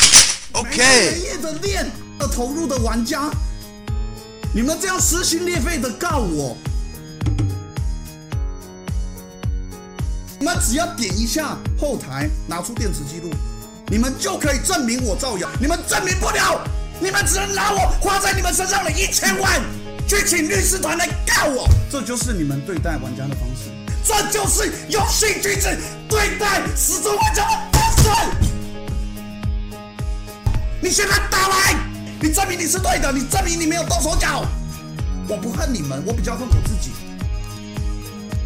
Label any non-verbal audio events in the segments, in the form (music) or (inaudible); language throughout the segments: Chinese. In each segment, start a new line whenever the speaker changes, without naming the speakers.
每个
OK，
月的练的投入的玩家，你们这样撕心裂肺的告我，你们只要点一下后台，拿出电池记录，你们就可以证明我造谣，你们证明不了，你们只能拿我花在你们身上的一千万去请律师团来告我，这就是你们对待玩家的方式，这就是游戏机制对待死忠玩家的方式。你现在打来，你证明你是对的，你证明你没有动手脚。我不恨你们，我比较恨我自己。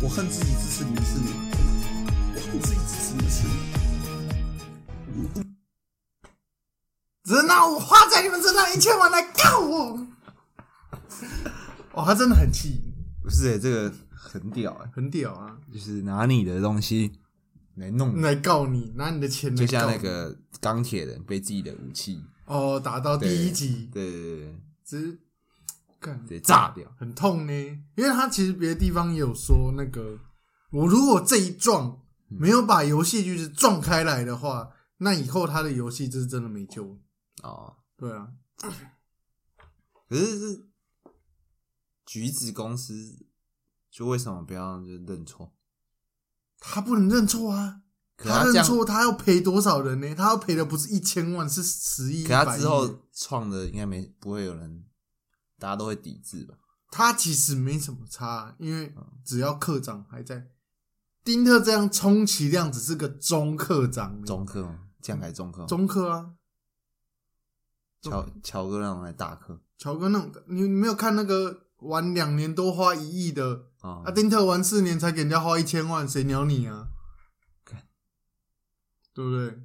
我恨自己支持你们是你，我恨自己支持你们是你。
只拿我花在你们身上一千万来告
(laughs)
我。哇，他真的很气，
不是、欸、这个很屌、欸，
很屌啊！
就是拿你的东西来弄你，
来告你，拿你的钱来告
就
你。
像那个钢铁人被自己的武器，
哦，打到
对
第一集，
对对对对，
只干
对炸掉，
很痛呢，因为他其实别的地方也有说那个，我如果这一撞
嗯
没有把游戏就是撞开来的话，那以后他的游戏就是真的没救。
哦，
对啊，
可是是橘子公司就为什么不要就认错？
他不能认错啊。
可他
他
这
认
样
错，他要赔多少人呢？他要赔的不是一千万，是十亿。
可他
100亿
之后创的应该没不会有人，大家都会抵制吧？
他其实没什么差，因为只要课长还
嗯
在，丁特这样充其量只是个中课长呢，
中科吗？这样还中科吗？
中课啊。
乔乔哥那种还大科
乔哥那种，你你没有看那个玩两年多花一亿的
啊
啊？丁特玩四年才给人家花一千万，谁鸟你啊
干？
对不对？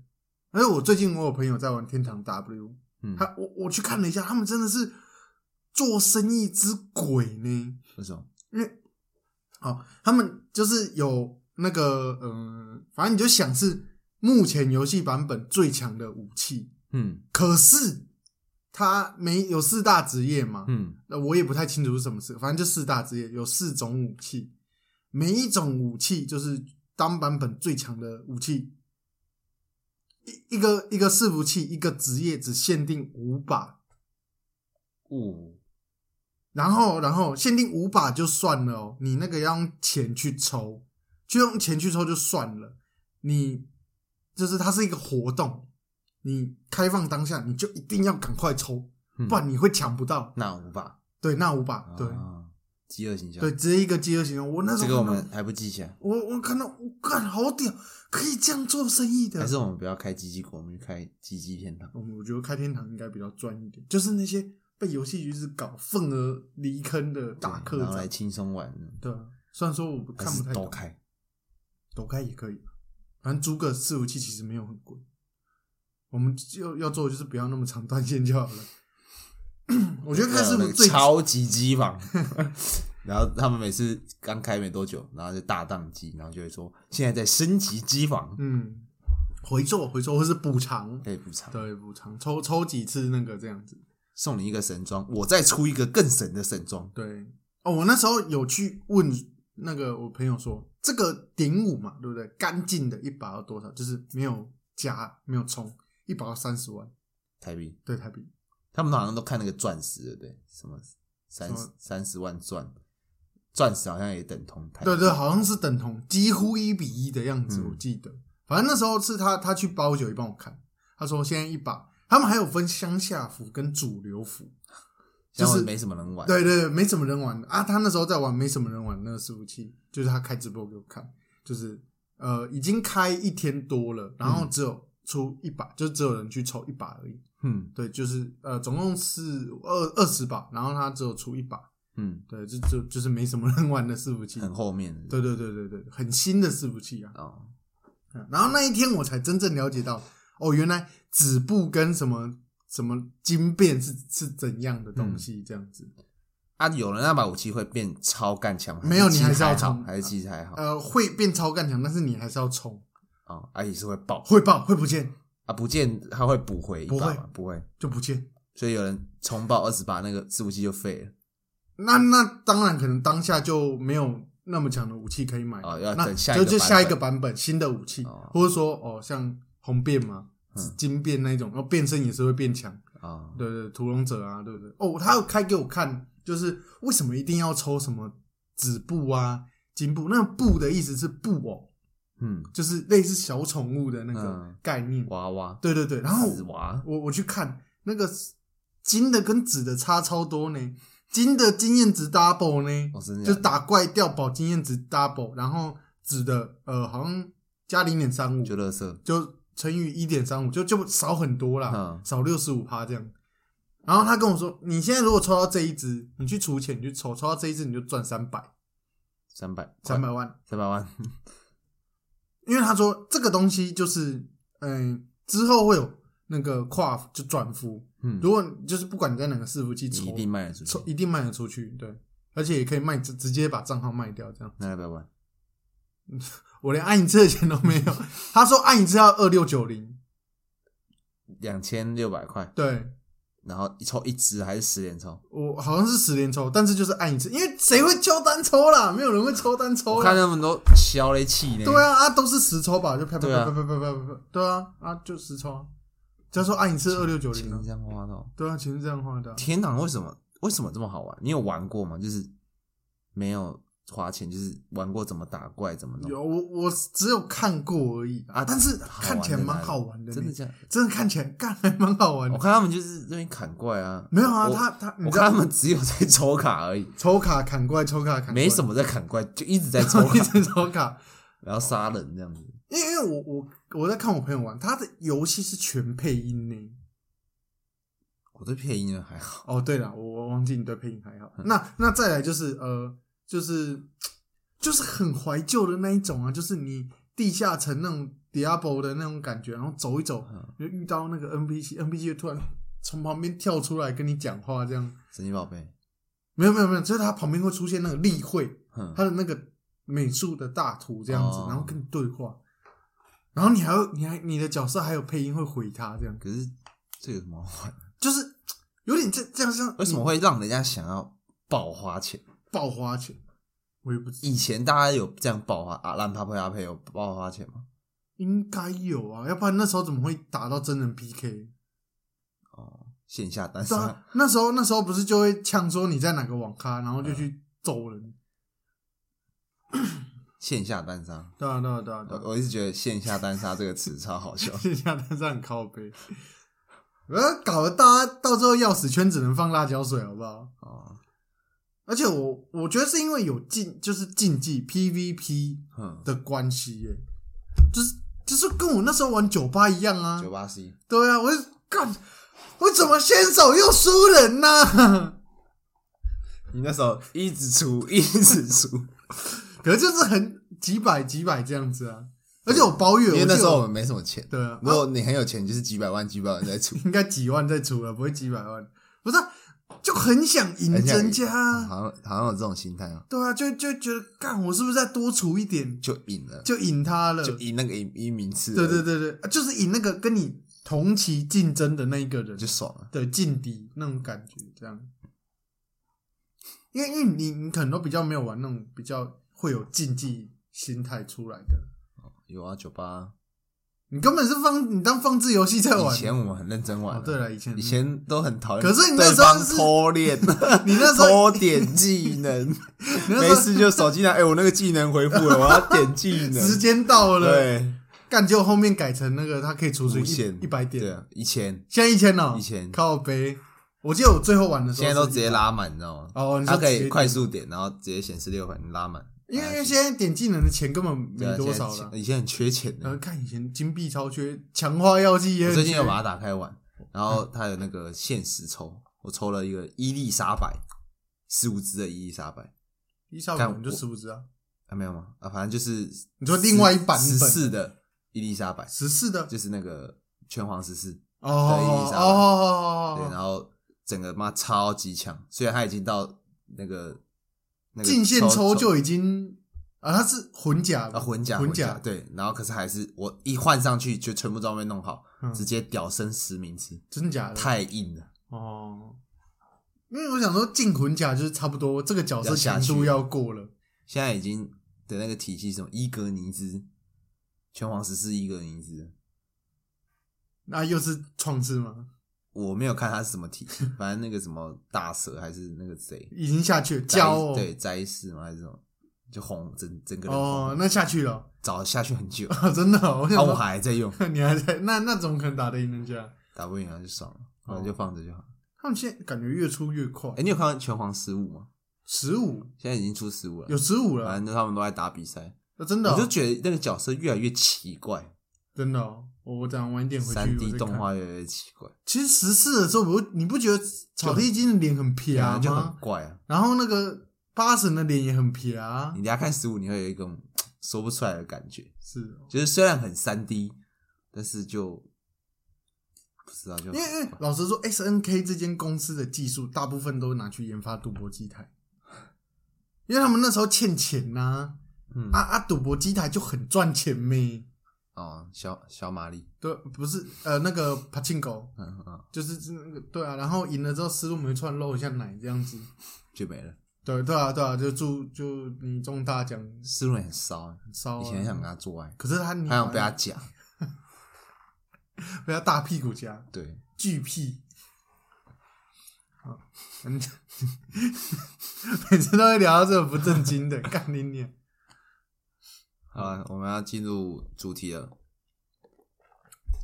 而且我最近我有朋友在玩天堂 W，
嗯，
他我我去看了一下，他们真的是做生意之鬼呢。
为什么？
因为哦，他们就是有那个嗯，反正你就想是目前游戏版本最强的武器，
嗯
可是它没有四大职业嘛，
嗯
那我也不太清楚是什么事，反正就四大职业有四种武器，每一种武器就是单版本最强的武器。一一个一个伺服器，一个职业只限定五把，
五
然后，然后限定五把就算了哦，你那个要用钱去抽，就用钱去抽就算了。你就是它是一个活动，你开放当下你就一定要赶快抽，
嗯
不然你会抢不到。
那五吧，
对，那五把，对、
啊饥饿形象，
对，直接一个饥饿行动。我那时
这
候
个我们
看到
还不记起来，
我我看到我干好屌，可以这样做生意的
还。是我们不要开鸡鸡国，我们去开鸡鸡天堂。
我我觉得开天堂应该比较赚一点，就是那些被游戏局是搞份额离坑的大
对
客
然后
长
来。轻松玩，
对啊，虽然说我
还
看不太
是都
懂。
开，
抖开也可以，反正租个伺服器其实没有很贵。我们就要做的就是不要那么长断线就好了。我觉得看是不
呃那
是
个
最
超级机房。 (laughs) 然后他们每次刚开没多久，然后就大宕机，然后就会说现在在升级机房，
嗯回做回做或是补偿，
可以补偿，
对补偿抽抽几次那个这样子。
送你一个神装，我再出一个更神的神装。
对哦，我那时候有去问那个我朋友说，这个顶五嘛，对不对？干净的一把要多少？就是没有加没有充，一把要三十万，
台币，
对台币。
他们好像都看那个钻石，对不对？什么三
什么
三十万钻，钻石好像也等同台币。
对对，好像是等同，几乎一比一的样子，
嗯
我记得。反正那时候是他他去包酒也帮我看，他说现在一把，他们还有分乡下服跟主流服。
像
就是
我没什么人玩。
对对，对没什么人玩啊。他那时候在玩，没什么人玩那个伺服器，就是他开直播给我看，就是呃已经开一天多了，然后只有出一把，就只有人去抽一把而已。
嗯
对，就是呃总共是二二十把，然后他只有出一把，
嗯，
对，就就就是没什么人玩的伺服器。
很后面的。
对对对对对，很新的伺服器啊。
哦，
嗯然后那一天我才真正了解到，哦，原来止步跟什么什么金变是是怎样的东
嗯
西，这样子。
啊，有了那把武器会变超干强吗，
没有
其实
你还是要
好
冲
还是其实还好。
呃，会变超干强，但是你还是要冲，
哦，啊也是会爆
会爆会不见
啊，不见它会补回一
不
把
会
吗，不会。
就不见。
所以有人重爆二十把，那个伺服器就废了。
那那当然可能当下就没有那么强的武器可以买，
哦要
那
等下一
就
个
就
版
下一
本
个版本新的武器，
哦
或者说哦像红变嘛，
嗯
金变那一种，然后哦变身也是会变强。
啊，
对对，屠龙者啊，对不对？哦，他有开给我看，就是为什么一定要抽什么紫布啊、金布？那布的意思是布偶，
嗯，
就是类似小宠物的那个
嗯
概念。
娃娃，
对对对，然后
纸娃，
我我去看那个金的跟紫的差超多呢，金的经验值 double 呢，
哦，真的
就
假
是
的
打怪掉宝经验值 double，然后紫的呃好像加零点三五，
就乐色，
就乘以一点三五，就就少很多啦，
嗯
少六十五趴这样。然后他跟我说，你现在如果抽到这一只，你去除钱，你去抽，抽到这一只你就赚三百
三百，
三百万，
三百万，
因为他说这个东西就是，嗯，之后会有那个跨就转服，
嗯，
如果你就是不管你在哪个伺服器
你
抽，
一定卖得出
抽
去，
一定卖得出去，对，而且也可以卖直直接把账号卖掉这样。
那两百万，
我连按一次的钱都没有， (laughs) 他说按一次要二六九零，
两千六百块，
对，
然后一抽一支还是十连抽？
我好像是十连抽，但是就是按一次，因为谁会抽单抽啦？没有人会抽单抽
我看
啦。
他们都消了气呢。
啊对，啊，啊都是十抽吧，就啪啪
对
啪
啊
啪啪啪啪啪啪，对啊，啊就十抽啊。就说按一次二六九
钱
零啊
是这，样花的、哦。
对啊，钱是这样花的啊。
天堂为什么为什么这么好玩？你有玩过吗？就是没有花钱，就是玩过怎么打怪怎么弄
有我我只有看过而已啊，
啊
但是
好玩
看起来
在哪
蛮
里
好玩的呢，
真的这样？
真的看起来干还蛮好玩
我
的。
看他们就是那边砍怪啊，
没有啊，
我
他他你
我
知道
看他们只有在抽卡而已，
抽卡砍怪，抽卡砍怪，
没什么在砍怪，就一直在抽
(laughs) 一
卡，
直抽卡。
然后杀人这样子。
因为因为我我我在看我朋友玩，他的游戏是全配音呢。
我对配音的还好，
哦，对了，我我忘记你对配音还
嗯
好。那那再来就是呃，就是就是很怀旧的那一种啊，就是你地下城那种 Diablo 的那种感觉，然后走一走，
嗯
就遇到那个 NPC，NPC 就突然从旁边跳出来跟你讲话，这样
神奇宝贝，
没有没有没有，就是他旁边会出现那个例会，
哼，
他的那个美术的大图这样子
嗯哦，
然后跟你对话，然后你还有你还你的角色还有配音会回他，这样
可是这有什么好玩？
就是有点这这样像
为什么会让人家想要爆花钱？
爆花钱？我也不知
以前大家有这样爆花啊，烂趴配阿配有爆花钱吗？
应该有啊，要不然那时候怎么会打到真人 PK？
哦，线下单
对
杀
啊，那时候那时候不是就会呛说你在哪个网咖，然后就去揍人。
线下单杀，
对啊对啊对啊对
我
啊，。
我一直觉得“线下单杀”这个词超好笑
线下 (laughs) 单上很靠背，我要搞得大家到最后钥匙圈只能放辣椒水，好不好？
哦，
而且我我觉得是因为有竞就是竞技 PVP
哼，
的关系耶，就是就是跟我那时候玩酒吧一样啊
九。八 C，
对啊，我就干，我怎么先手又输人呐、
你那时候一直出，一直出，
可是就是很几百几百这样子啊。而且我包月，
因为那时候我
我
们没什么钱。
记得对啊，，
如果你很有钱，就是几百万、几百万在出
应该几万再出了，不会几百万。不是啊、就很想赢
很想赢
人家啊，
好像好像有这种心态啊，
对啊，就就觉得干，我是不是再多出一点
就赢了，
就赢他了？
就赢那个赢赢名次，
对对，对对，啊就是赢那个跟你同期竞争的那一个人
就爽了。
的劲敌那种感觉，这样。因为因为你你可能都比较没有玩那种比较会有竞技心态出来的，
有啊，酒吧
你根本是放你当放置游戏在玩
以。前我们很认真玩啊
哦，，对了，以前
以前都很讨厌，
可是你那时候是
对方偷 (laughs) 练，
你那时候
偷点技能，
你那
没
时候
事就手机拿，哎、我那个技能回复
(laughs)
了，我要点技能。
时间到了，
对，
干就后面改成那个它可以储存
无
一
限
一百点，
对啊，以前
现在一千了，
一千
靠背。我记得我最后玩的时候
现
是100，
在都直接拉满，你知道吗？
哦，你
它
说
可
直接
以快速点，然后直接显示六百，你拉满。
因为因
哎
为现在点技能的钱根本
对啊
没多少了
现在。以前很缺钱
然后
的。
看以前金币超缺，强化药剂也
我
很
最近
缺
有把它打开玩，然后它有那个限时抽，我抽了一个伊丽莎白，十五只的伊丽莎白，
伊莎
干
本就
我
十五只啊，
啊没有吗？啊，反正就是
你说另外一版
十
本
四的伊丽莎白，
十四的
就是那个拳皇十四，
哦
伊
哦
丽莎白对，
哦
然
哦，
后整个妈超级强，虽然他已经到那个那个
进线抽
抽
就已经啊，它是混甲
啊混甲
混
甲
甲，
对，然后可是还是我一换上去就全部装备弄好，
嗯
直接屌升实名制，
真的假的？
太硬了，
哦，因为我想说进混甲就是差不多这个角色
要下
强
去
度要过了，
现在已经的那个体系是什么伊格尼兹，拳皇十四伊格尼兹，
那又是创制吗？
我没有看它是什么体
(laughs)
系，反正那个什么大蛇还是那个谁，
已经下去了，骄
斋
哦，
对斋士吗？还是什么？就红整整个人
哦，
红，
那下去了，
早下
(laughs)
去很久，然
真的哦，我想
后我
说，
还
(laughs)
在用，
你还在，那那怎么可能打得赢人家？
打不赢然后就爽了，
哦
然后就放着就好。
他们现在感觉越出越快
哎，，你有看到拳皇十五吗？
十五
现在已经出十五了
有，十五了，
反正他们都在打比赛，
那真的
我
哦
就觉得那个角色越来越奇怪，
真的哦，我我等下晚一点回去
三
我再
D
看
动。画越来越奇怪，
其实十四的时候，我你不觉得草地精的脸很撇
感
啊
觉就很
吗？
怪啊。
然后那个八神的脸也很撇啊
你，等一下看十五，你会有一种说不出来的感觉，
是哦，
就是虽然很三 D，但是就不知道就
因为因为老实说，S N K 这间公司的技术大部分都拿去研发赌博机台，因为他们那时候欠钱呐、
嗯
啊，啊赌博机台就很赚钱咩。
哦，小小玛丽，
对，不是呃那个帕庆狗，
嗯嗯嗯，
就是是那个对啊，然后赢了之后，思路没串露一下奶这样子，
就没了。
对对啊对啊，就祝就你中大奖
思路很骚欸，
烧、啊，
以前很想跟他做爱，
可是他
还想被他夹，
被他大屁股夹，
对，
巨屁。好， (laughs) 嗯每次都会聊到这种不正经的， (laughs) 干你娘！
好了，我们要进入主题了。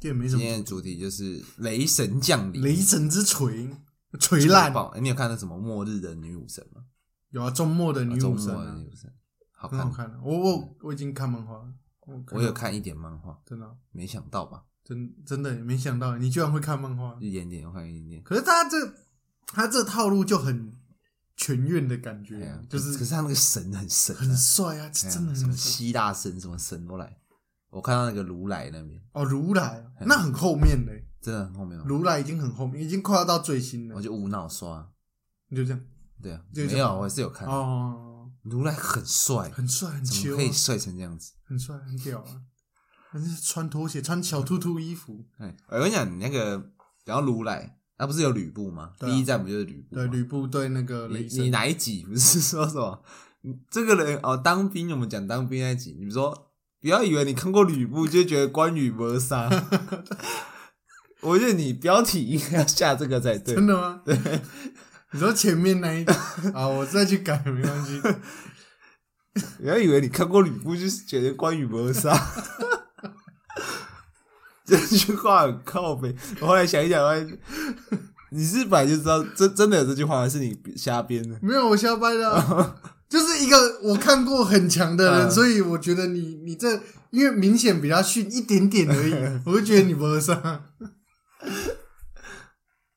这也没什
今
么。
天的主题就是雷神降临，
雷神之锤，锤
雷
烂
爆！欸你有看到什么末日的女武神吗？
有啊，周末的女
周
武
末
神
的
啊
女，武神，好
很
看
好。看的、我我我已经看漫画了，
我有，看一点漫画，
真的
没想到吧？
真真的没想到你居然会看漫画。
一点点，我看一点点。
可是他这他这套路就很全院的感
对
觉
啊，，
就
可
是
是他那个神很神啊，
很帅啊，
哎呀
真的
什
很
么
帅
希腊神什么神都来。我看到那个如来那边，
哦。如来啊
哎
那很后面嘞，
真的很后面哦，
如来已经很后面，已经快要到最新了
我。就无脑刷。
你就这样
对啊，
就这样
没有，我是有看。
哦，
如来很帅，
很帅，很
怎
秋、
么
啊
可，以帅成这样子？
很帅，很屌啊！但是穿拖鞋，穿小兔兔衣服，
哎，我跟你讲，你那个然后如来，他不是有吕布吗？
对啊
第一站不就是吕布吗？
对，吕布对那个
你
雷
你
神，
哪一集 (laughs) 不是说什么？你这个人哦，当兵我们讲当兵那一集，你说不要以为你看过吕布就觉得关羽谋杀， (laughs) 我觉得你标题应该要下这个才 (laughs) 对
真。的吗？你说前面那一
(laughs)
啊，我再去改没关系。
不要以为你看过吕布就是觉得关羽谋杀， (laughs) 这句话很靠北。我后来想一想，发现你是本来就知道真真的有这句话，还是你瞎编的？
没有，我瞎掰的啊、
(laughs)
就是一个我看过很强的人，
嗯
所以我觉得你你这因为明显比他逊一点点而已，
(laughs)
我就觉得你不合上。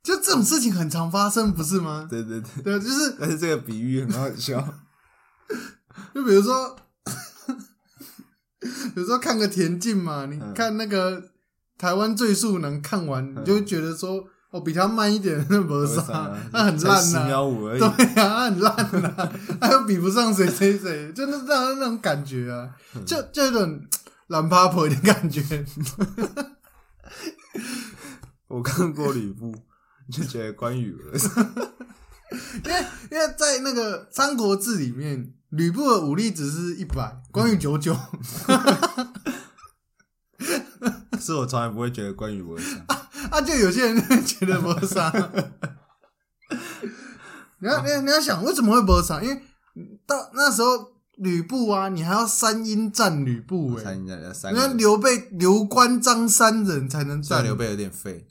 就这种事情很常发生，不是吗？
对对对，
对，啊就是
但是这个比喻很好
(laughs)
笑。
就比如说， (laughs) 比如说看个田径嘛，你
嗯
看那个台湾最速能看完，你就
嗯
会觉得说，哦，比他慢一点那不是啊，那很烂
十
呐、
秒五而已
对。啊，他很烂呐、啊，他又比不上谁谁谁，就那那那种感觉啊，
嗯
就就有种懒趴婆的感觉，
我看过吕布，就觉得关羽了。
因为因为在那个《三国志》里面，吕布的武力值是一百，关羽九九，
可 (laughs) 是我从来不会觉得关羽我想。
啊，就有些人会觉得磨
(laughs)
砂。你要你要你要想为什么会磨砂？因为到那时候吕布啊，你还要三英战吕布哎、
参加三
人家
个，
刘备、刘关张三人才能
虽然
战
刘，备有点废，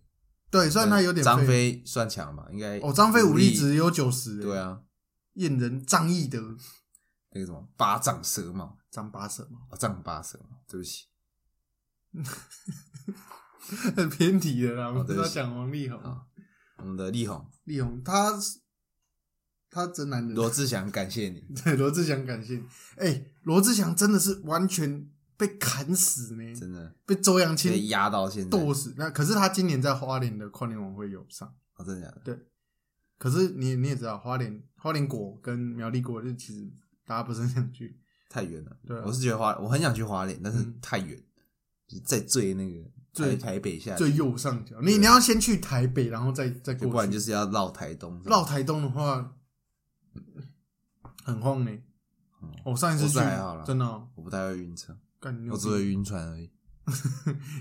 对，虽然他有点
张
废
飞算强吧？应该
哦，张飞武力值有九十、
对
啊，
啊，
燕人张翼德
那个什么八丈蛇矛，
张八蛇嘛， (laughs)
哦丈八蛇矛，对不起，
很偏题的啦，我们不
哦对
是
不
要
起
讲王力宏
啊。我们的力宏
力宏他是他真男人，
罗志祥，感谢你，
对，罗志祥感谢你。哎、罗志祥真的是完全被砍死呢，
真的
被周扬
被
青
压到现在，
剁死。那可是他今年在花莲的跨年晚会有上。
哦真的假的？
可是你你也知道，花莲花莲国跟苗栗国就其实大家不是很想去。
太远了
对啊。
我是觉得花，我很想去花莲，但是
嗯
太远，就是在最那个
最
台台北下去，
最右上角，你
对
你要先去台北，然后再再
就不
过
然
去。
就是要绕台东，
绕台东的话，很晃呢。
嗯
我、上一次
我是
去
还好啦
真的、哦，
我不太会晕车，
干你有
我只
病
会晕船而已。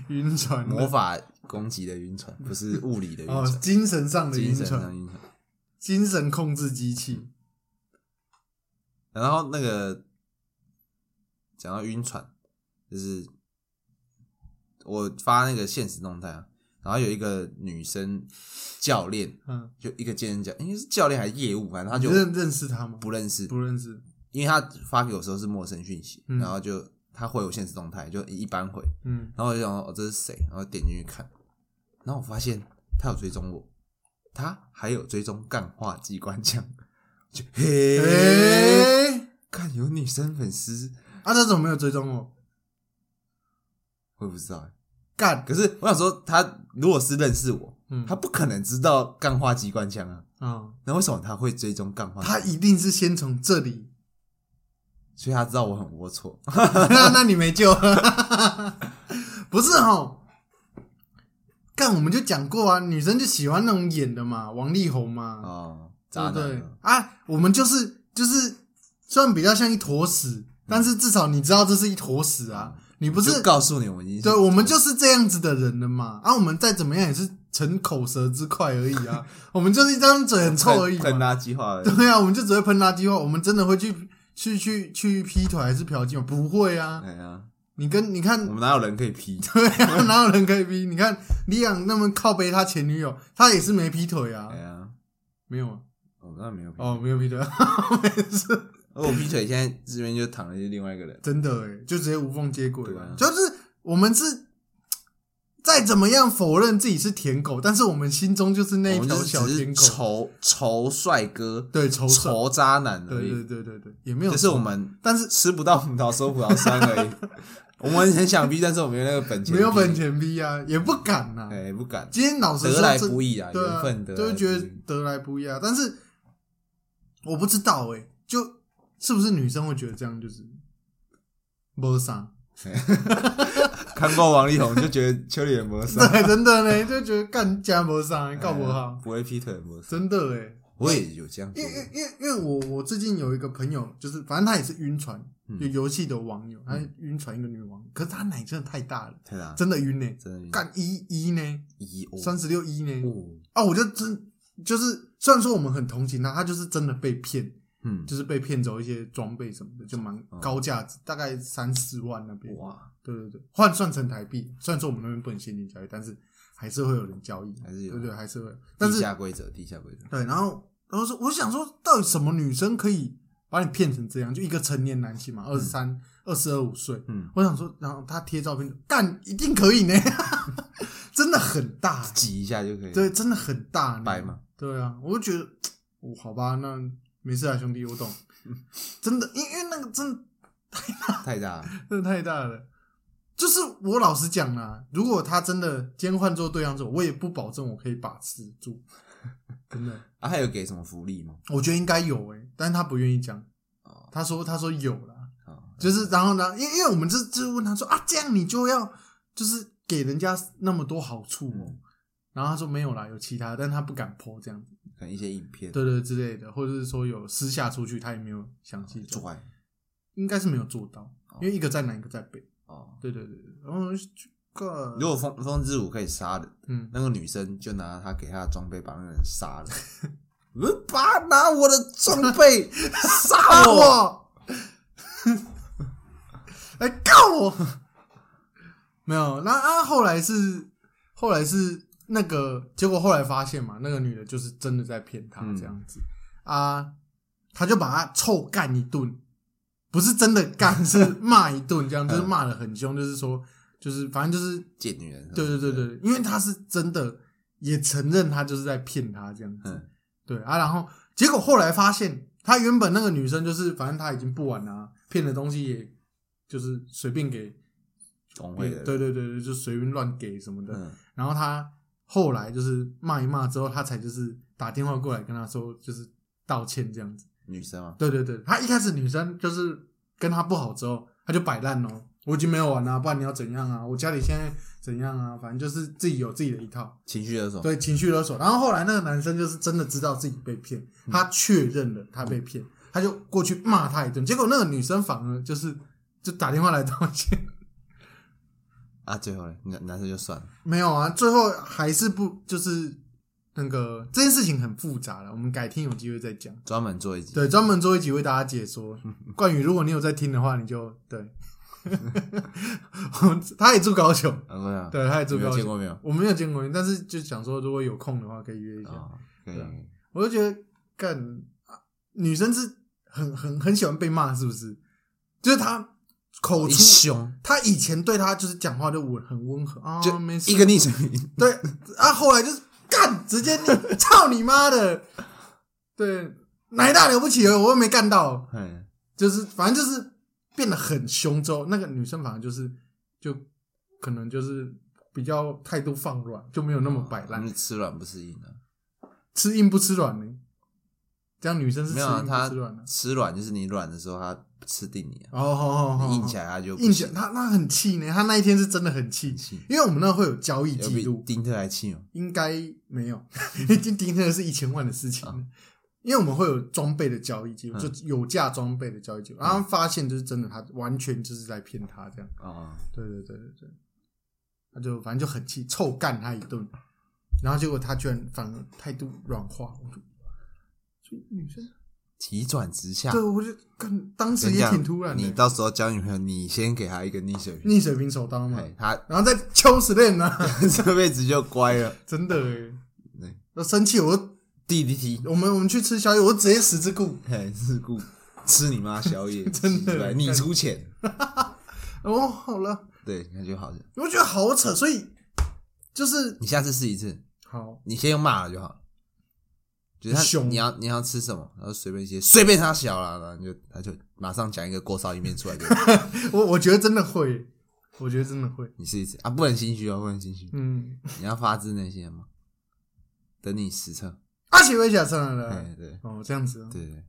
晕船
魔法攻击的晕船，不是物理的晕
哦，
船，
精神上的
嗯精
晕
神上的
船，
晕船。
精神控制机器。
然后那个讲到晕船，就是我发那个现实动态啊，然后有一个女生教练，
嗯，
就一个健身教，应该是教练还是业务，反正他
你
就
认认识他吗？
不认识，
不认识。
因为他发给我的时候是陌生讯息，
嗯
然后就他回我现实动态，就一般回，
嗯，
然后我就想说哦这是谁，然后点进去看，然后我发现他有追踪我，他还有追踪干化机关枪， (laughs) 就嘿。
诶、
看有女生粉丝，
啊，他怎么没有追踪我？
我也不知道欸。
干，
可是我想说，他如果是认识我，
嗯
他不可能知道干化机关枪啊。
嗯，
那为什么他会追踪干化？
他一定是先从这里，
所以他知道我很龌龊。
那那你没救 (laughs) 了。不是哦，干，我们就讲过啊，女生就喜欢那种演的嘛，王力宏嘛，
哦，渣
对
男
不对
啊。
啊？我们就是就是，虽然比较像一坨屎，但是至少你知道这是一坨屎啊，你不
不
是
告诉你，我已经
对，我们就是这样子的人了嘛。啊，我们再怎么样也是逞口舌之快而已
(laughs)
啊，我们就是一张嘴很臭而已
喷
嘛。
垃圾话而已。
对啊，我们就只会喷垃圾话，我们真的会去去去去劈腿还是嫖妓吗？不会啊。
哎呀，
你跟你看 (laughs)
我，们哪有人可以劈？
对啊，哪有人可以劈？你看李昂那么靠背他前女友，他也是没劈腿啊
哎，呀，
没有啊，
我们那没有劈。
哦，没有劈腿， (laughs) 没事。
而我劈腿，现在这边就躺了另外一个人。
真的哎，就直接无缝接轨
对啊
了。就是我们是再怎么样否认自己是舔狗，但是我们心中就是那
我
一
们就
条小
是只是
舔狗，
仇仇帅哥，
对，仇傻
仇渣男而
对对
已。
对对对，也没有
这
错，
是我们
但是
吃不到葡萄说葡萄酸
(laughs)
而已。我们很想逼，但是我们没有那个本钱，
没有本，钱逼啊，也不敢呐、
哎，不敢，
今天老实
得
说，
来
这
不易啊，
对
缘
啊
分得，来
就会
不
觉得
易
得来不易啊。但是我不知道哎、就是不是女生会觉得这样就是没啥。
看过王力宏就觉得邱丽媛没哎事，
对，真的呢，就觉得 (laughs) 干加没啥，搞不好，
不会劈腿没事，
真的哎、
我也有这样觉
因为因为
得，
因为因为我我最近有一个朋友，就是反正他也是晕船，
嗯
就游戏的网友，他晕船一个女网友，可是他奶真的太大了，
太大
真的晕呢、欸
真的
干一一呢，
一哦
三十六一呢，
哦，
啊，我就真就是虽然说我们很同情他，他就是真的被骗，
嗯，
就是被骗走一些装备什么的，就蛮
嗯
高价值，大概三四万那边，
哇，
对对对，换算成台币，虽然说我们那边不能现金交易，但是还是会有人交易，
还是有
对对，还是会有，但
地
是
下规则，地下规则，
对，然后然后说，我想说，到底什么女生可以把你骗成这样？就一个成年男性嘛，二十三、二十二五岁，
嗯，
我想说，然后他贴照片，干一定可以呢， (laughs) 真的很大，
挤一下就可以，
对，，真的很大，
白？嘛，
对啊，我就觉得，哦，好吧，那没事啊，兄弟，我
(laughs)
懂，真的，因因为那个真的
太大了，
真的太大了。就是我老实讲啦，如果他真的今天换做对象之后，我也不保证我可以把持住， (laughs) 真的。
啊，还有给什么福利吗？
我觉得应该有诶、但是他不愿意讲
哦。
他说他说有啦，
啊，
就是然后呢，因为因为我们这就问他说啊，这样你就要就是给人家那么多好处哦、
嗯
然后他说没有啦，有其他，但他不敢剖这样子，
可能一些影片，
对对之类的，或者是说有私下出去，他也没有详细讲，
拽
应该是没有做到，因为一个在南，一个在北，
哦。
对对对，对然后这个
如果风风之舞可以杀人，
嗯，
那个女生就拿她给她的装备把那个人杀
(laughs)
了。我把拿我的装
(laughs)
备杀
打
我！
(laughs) 我，来哎告我。没有，那啊，后来是后来是那个，结果后来发现嘛，那个女的就是真的在骗他
嗯
这样子、啊，他就把他臭干一顿，不是真的干， (laughs) 是骂一顿，这样就是骂的很凶，就是说，就是反正就是
贱女人！
对对对，对，因为他是真的也承认他就是在骗他这样子，
嗯
对啊，然后结果后来发现，他原本那个女生就是反正她已经不玩了、啊骗的东西也就是随便给，
工
对
会的人，
对对对，就随便乱给什么的。
嗯，
然后他后来就是骂一骂之后，他才就是打电话过来跟他说，就是道歉这样子。
女生嘛，
对对对，他一开始女生就是跟他不好之后，他就摆烂哦，我已经没有玩了、不然你要怎样啊？我家里现在怎样啊？反正就是自己有自己的一套，
情绪勒索，
对情绪勒索。然后后来那个男生就是真的知道自己被骗，他确认了他被骗，他就过去骂他一顿，结果那个女生反而就是就打电话来道歉。
啊，最后呢，男男生就算了，
(laughs) 没有啊，最后还是不就是那个这件事情很复杂了，我们改天有机会再讲。
专门做一集。
对，专门做一集为大家解说。
嗯
冠宇，如果你有在听的话，你就对， (laughs) 他也住高雄，
啊，对啊，
对，他也
你
住
们
高
有见
雄。
过没有？
我没有见过面，但是就想说，如果有空的话，可以约一下。
啊，可以
对啊我就觉得，干女生是很很很喜欢被骂，是不是？就是她口
哦一
出，
凶，
她以前对她就是讲话就温很温和啊，
就
没事
一个逆水平，
对啊，后来就是干，直接你操你妈的，对，哪一大了不起了？我又没干到，
嗯，
就是反正就是变得很凶之后，那个女生反而就是就可能就是比较态度放软，就没有 (laughs) 那么摆烂，
你吃软不吃硬啊？
吃硬不吃软呢？这样女生是吃
没有啊，
硬不
他
吃软的、
吃软就是你软的时候，他吃定你啊，
哦，好好好，
你硬起
来，
来他就不
硬起来，
行
他他很气呢，他那一天是真的很气，
气
因为我们那会有交易
有
记
比
录，
丁特还气哦。
应该没有，
嗯
已经顶天是一千万的事情了。因为我们会有装备的交易记录，
啊嗯
就有价装备的交易记录，然后发现就是真的，他完全就是在骗他这样。
啊，
对对对对对，他就反正就很气，臭干他一顿，然后结果他居然反而态度软化，我就所以女生
急转直下。
对我就看当时
跟你
也
讲
挺突然
你
的，
到时候交女朋友，你先给她一个逆水平，
逆水平手刀嘛
哎，她 (laughs)
然后再敲死人呢，
这辈子就乖了。
真的欸
(laughs) 对，
我生气我就
弟弟弟，
我们我们去吃宵夜，我直接十字固。
嘿，事故吃你妈宵夜，
(laughs) 真的
奇怪你出钱，
哦，好了，
对，那就好了。
我觉得好扯，所以就是
你下次试一次，
好，
你先用骂了就好了。就是他，
凶
你要你要吃什么，然后随便一些，随便他小了，然后你就他就马上讲一个锅烧意面出
(laughs)
来给
(laughs)
你，
我我觉得真的会，我觉得真的会，
你试一次啊，不能心虚哦，不能心虚，
嗯，
你要发自内心的嘛。等你实测，
阿奇维甲上来了
哎，，对
哦，这样子哦，
对对。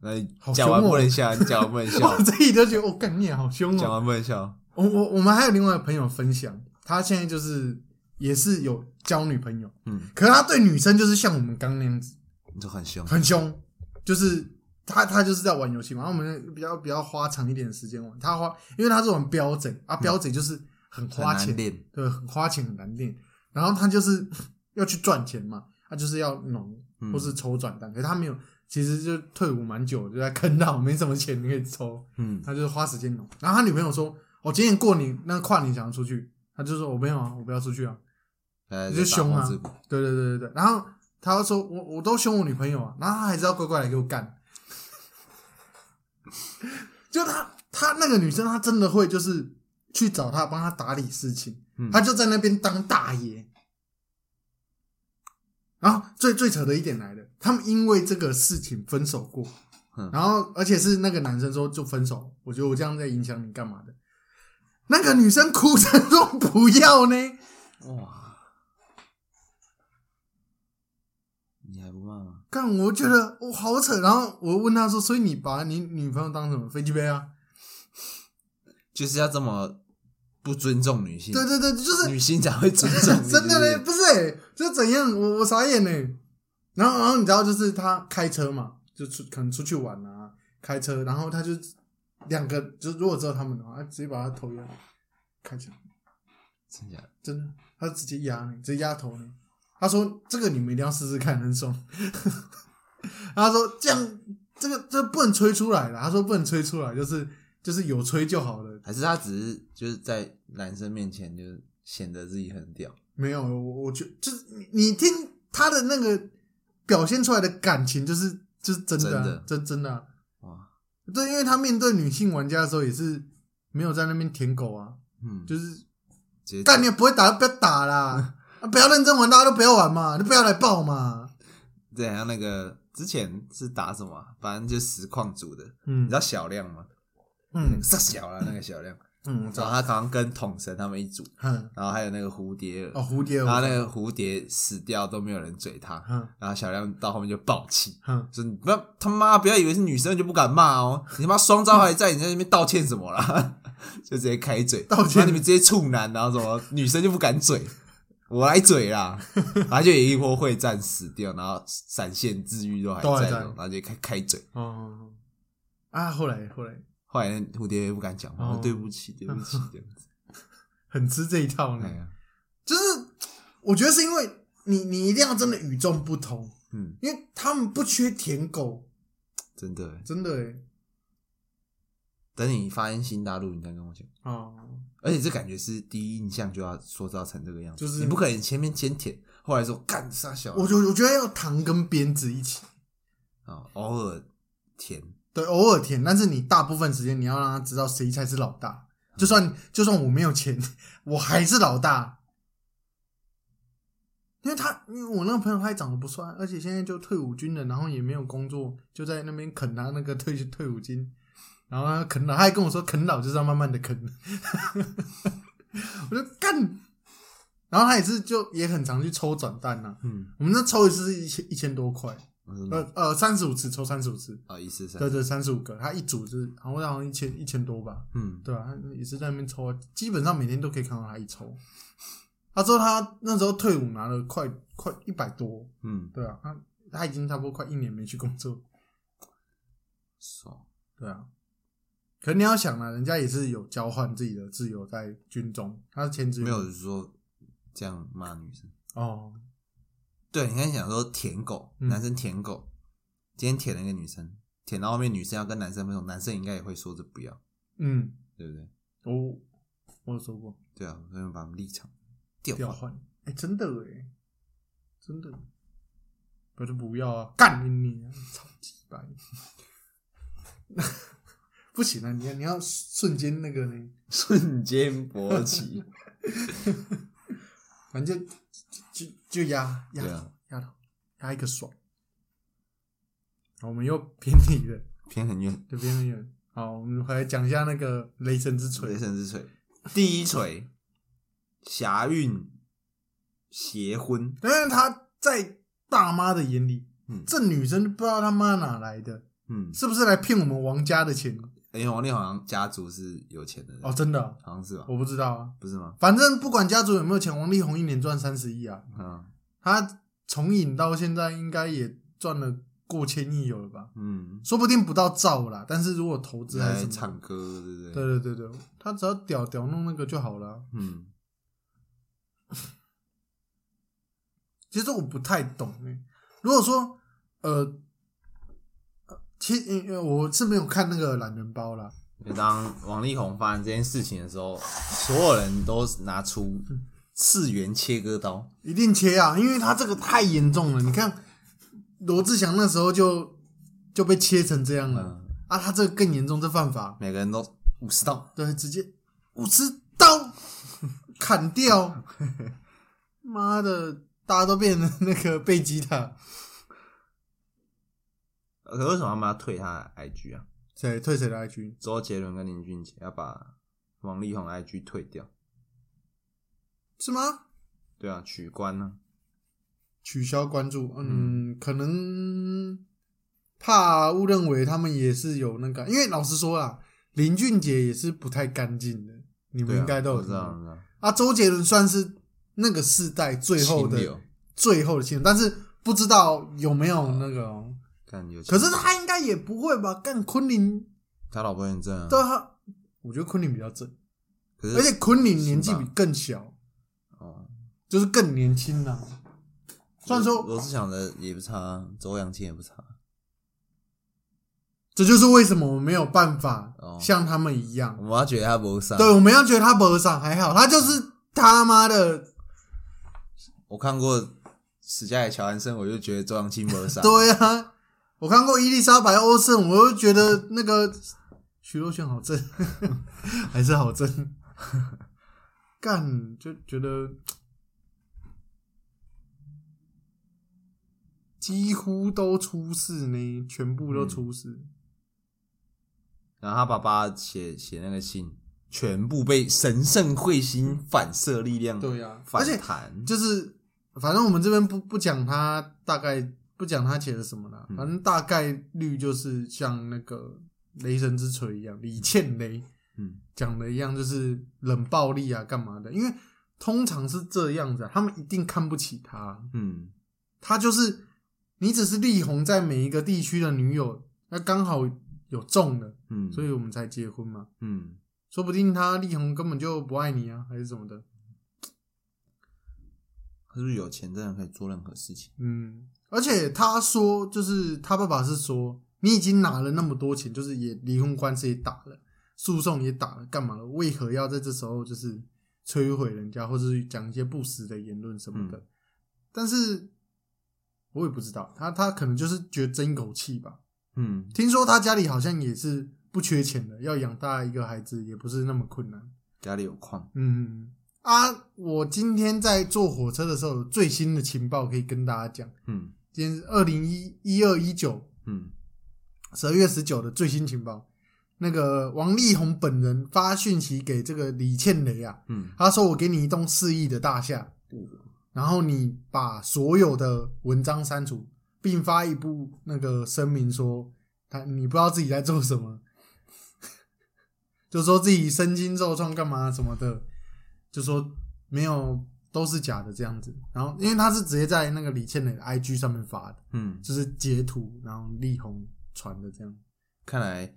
那你
好
讲完
凶哦哦
不能笑，你讲完不能
(laughs)
笑
我，自己都觉得我干你好凶
讲
哦。
完不能笑，
我我我们还有另外的朋友分享，他现在就是也是有交女朋友，
嗯，
可是他对女生就是像我们刚那样子，
你就很凶，
很凶，就是他他就是在玩游戏嘛，然后我们比较比较花长一点的时间玩，他花因为他是玩标准啊，标准就是很
嗯很
花钱
难，练，
对，很花钱很难练。然后他就是 (laughs) 要去赚钱嘛，他就是要农
嗯
或是抽转单，可是他没有，其实就退伍蛮久，就在坑到没什么钱可以抽，
嗯，
他就是花时间农。然后他女朋友说：“我、今年过年那跨年想要出去。”他就说：“我没有啊，我不要出去啊。
呃
你就凶啊
打光之谷”
对对对对对。然后他又说：“我我都凶我女朋友啊。”然后他还是要乖乖来给我干。 (laughs) 就他他那个女生，她真的会就是去找他帮他打理事情。
嗯
他就在那边当大爷。然后最最扯的一点来了，他们因为这个事情分手过，
嗯
然后而且是那个男生说就分手，我觉得我这样在影响你干嘛的？那个女生哭着说不要呢，
哇，你还不骂吗？
干我觉得我好扯。然后我问他说，所以你把你女朋友当什么飞机杯啊？
就是要这么不尊重女性，
对对对，就是
女性才会尊重嗯你，
真的
是
嘞，不
不是？
是、欸，就怎样？我我傻眼呢、然后然后你知道，就是他开车嘛，就出可能出去玩啊，开车，然后他就两个，就如果知道他们的话，他直接把他头压开起来，
真假的？
真的，他直接压你，直接压头你。他说这个你们一定要试试看，很爽。 (laughs) 他说这样这个这不能吹出来了，他说不能吹出来，就是就是有吹就好了。
还是他只是就是在男生面前就是显得自己很屌？
没有，我我觉就是你你听他的那个表现出来的感情、就是，就是真的、
真
啊
的，
真真的、啊。
哇，
对，因为他面对女性玩家的时候也是没有在那边舔狗啊，
嗯，
就是
直接
干你不会打就不要打
(laughs)
啦，啊不要认真玩，大家都不要玩嘛，就不要来抱嘛。
对，还有那个之前是打什么啊、反正就实况组的，你
嗯
知道小亮吗？
嗯
是小了那个小亮，
嗯，我知
然后
道。
他好像跟统神他们一组，
嗯，
然后还有那个蝴蝶儿，
哦，蝴蝶，
然后
我
那
知道
个蝴蝶死掉都没有人嘴他，
嗯
然后小亮到后面就爆气，
嗯，
说你不要他妈不要以为是女生就不敢骂哦，你他妈双招还在，你在那边道歉什么啦？ (laughs) 就直接开嘴
道歉
然后你们直接处男，然后什么女生就不敢嘴，我来嘴啦，然后就有一波会战死掉，然后闪现治愈都还
都还
在，
在
然后就开开嘴，
哦哦，哦啊，后来后来，
后来那蝴蝶也不敢讲话，
哦 (laughs)
说对不起对不起这样子，
很吃这一套呢
哎。呀，
就是我觉得是因为你你一定要真的与众不同，
嗯，
因为他们不缺舔狗，
真的耶。
真的欸诶。
等你发现新大陆，你再跟我讲。
哦，
而且这感觉是第一印象就要塑造成这个样子，
就是
你不可能前面先舔，后来说干傻小
我
啊，
觉我觉得要糖跟鞭子一起，
哦偶尔舔，
对，偶尔舔，但是你大部分时间你要让他知道谁才是老大。就算就算我没有钱， (laughs) 我还是老大，因为他因为我那个朋友他也长得不帅，而且现在就退伍军人，然后也没有工作，就在那边啃他那个退退伍金，然后他啃老，他还跟我说啃老就是要慢慢的啃， (laughs) 我就干，然后他也是就也很常去抽转蛋呐、
嗯，
我们那抽一次是一千一千多块，
我说
呃呃三十五次抽三十五次，
啊一四三
对，对，三十五个，他一组是好像好像一千一千多吧，
嗯，
对啊，他也是在那边抽啊，基本上每天都可以看到他一抽。他说他那时候退伍拿了快快一百多，
嗯，
对啊，他他已经差不多快一年没去工作，
爽，
对啊。可你要想啊，人家也是有交换自己的自由在军中，他是前职
没有人说这样骂女生。
哦，
对，你刚想说舔狗，
嗯
男生舔狗，今天舔了一个女生，舔到后面女生要跟男生分手，男生应该也会说这不要，
嗯，
对不对？
我我有说过
对啊，所以把我们立场调
调
换
换，哎、真的哎、真的，我就不要啊，干你你啊，超级白，不行啊，你要你要瞬间那个呢，
(laughs) 瞬间勃起，
反正就就就就压压
(laughs) 对啊
压到压一个爽，好我们又偏离了，
偏很远，
就偏很远。好，我们回来讲一下那个雷神之
雷
锤，
神之锤，第一锤，侠运邪婚，
因为他在大妈的眼里，
嗯
这女生不知道他妈哪来的，
嗯，
是不是来骗我们王家的钱？
哎因为王力宏好像家族是有钱的人，
哦，真的啊、
好像是吧？
我不知道啊。
不是吗？
反正不管家族有没有钱，王力宏一年赚三十亿啊，
嗯
他从影到现在应该也赚了过千亿有了吧？
嗯，
说不定不到兆啦，但是如果投资还
在
是什么，
唱歌，对不对？
对对对对，他只要屌屌弄那个就好了。啊
嗯，
其实我不太懂诶、如果说呃，其实因为我是没有看那个懒人包啦，
就当王力宏发生这件事情的时候，所有人都拿出次元切割刀，
一定切啊，因为他这个太严重了。你看罗志祥那时候就就被切成这样了、
嗯，
啊，他这个更严重，这犯法。
每个人都五十刀，
对，直接五十刀砍掉。妈的，大家都变成那个贝吉塔，
可是为什么他们要退他的 IG 啊？
谁退谁的 IG？
周杰伦跟林俊杰要把王力宏的 IG 退掉，
是吗？
对啊，取关呢、
取消关注，嗯，可能怕误认为他们也是有那个，因为老实说啊，林俊杰也是不太干净的，你
啊，
们应该都有
我知
听过
道，我知道。
啊。周杰伦算是那个世代最后
清
的
流
最后的亲人，但是不知道有没有那个哦、
干有钱
可
人，
是他应该也不会吧？干昆凌
他老婆很正啊，
对他，我觉得昆凌比较正，
可是
而且昆凌年纪
行吧
比更小，
哦，
就是更年轻啦、虽然说，
罗志祥的也不差，啊周扬青也不差，
这就是为什么我们没有办法
哦
像他们一样。
我要觉得他不上。
对，我们要觉得他不上还好，他就是他妈的，
我看过史嘉蕾·乔安森，我就觉得周扬青不上。
对啊。我看过伊丽莎白·欧森，我就觉得那个徐若瑄好正， (laughs) 还是好正。 (laughs) 干就觉得几乎都出事呢，全部都出事。
然后他爸爸写写那个信，全部被神圣彗星反射力量
对呀
反
而且
弹，
就是反正我们这边不不讲他大概不讲他写的什么啦，
嗯
反正大概率就是像那个雷神之锤一样，李倩雷
嗯
讲的一样，就是冷暴力啊，干嘛的？因为通常是这样子啊、他们一定看不起他，
嗯
他就是你只是力宏在每一个地区的女友，那刚好有中了，
嗯，
所以我们才结婚嘛。
嗯
说不定他力宏根本就不爱你啊，还是什么的。
他是不是有钱真的可以做任何事情？
嗯，而且他说，就是他爸爸是说，你已经拿了那么多钱，就是也离婚官司也打了，诉讼也打了，干嘛了？为何要在这时候就是摧毁人家，或者是讲一些不实的言论什么的？
嗯
但是我也不知道，他他可能就是觉得争一口气吧。
嗯，
听说他家里好像也是不缺钱的，要养大一个孩子也不是那么困难。
家里有矿，
嗯啊，我今天在坐火车的时候，有最新的情报可以跟大家讲。
嗯
今天是二零一一二一九
嗯，
十二月十九的最新情报，那个王力宏本人发讯息给这个李倩蕾啊，
嗯，
他说：“我给你一栋四亿的大厦，然后你把所有的文章删除，并发一部那个声明说他你不知道自己在做什么， (laughs) 就说自己身经受创干嘛什么的，就说没有都是假的这样子。然后因为他是直接在那个李倩蕾的 IG 上面发的，
嗯，
就是截图，然后力宏传的这样。
看来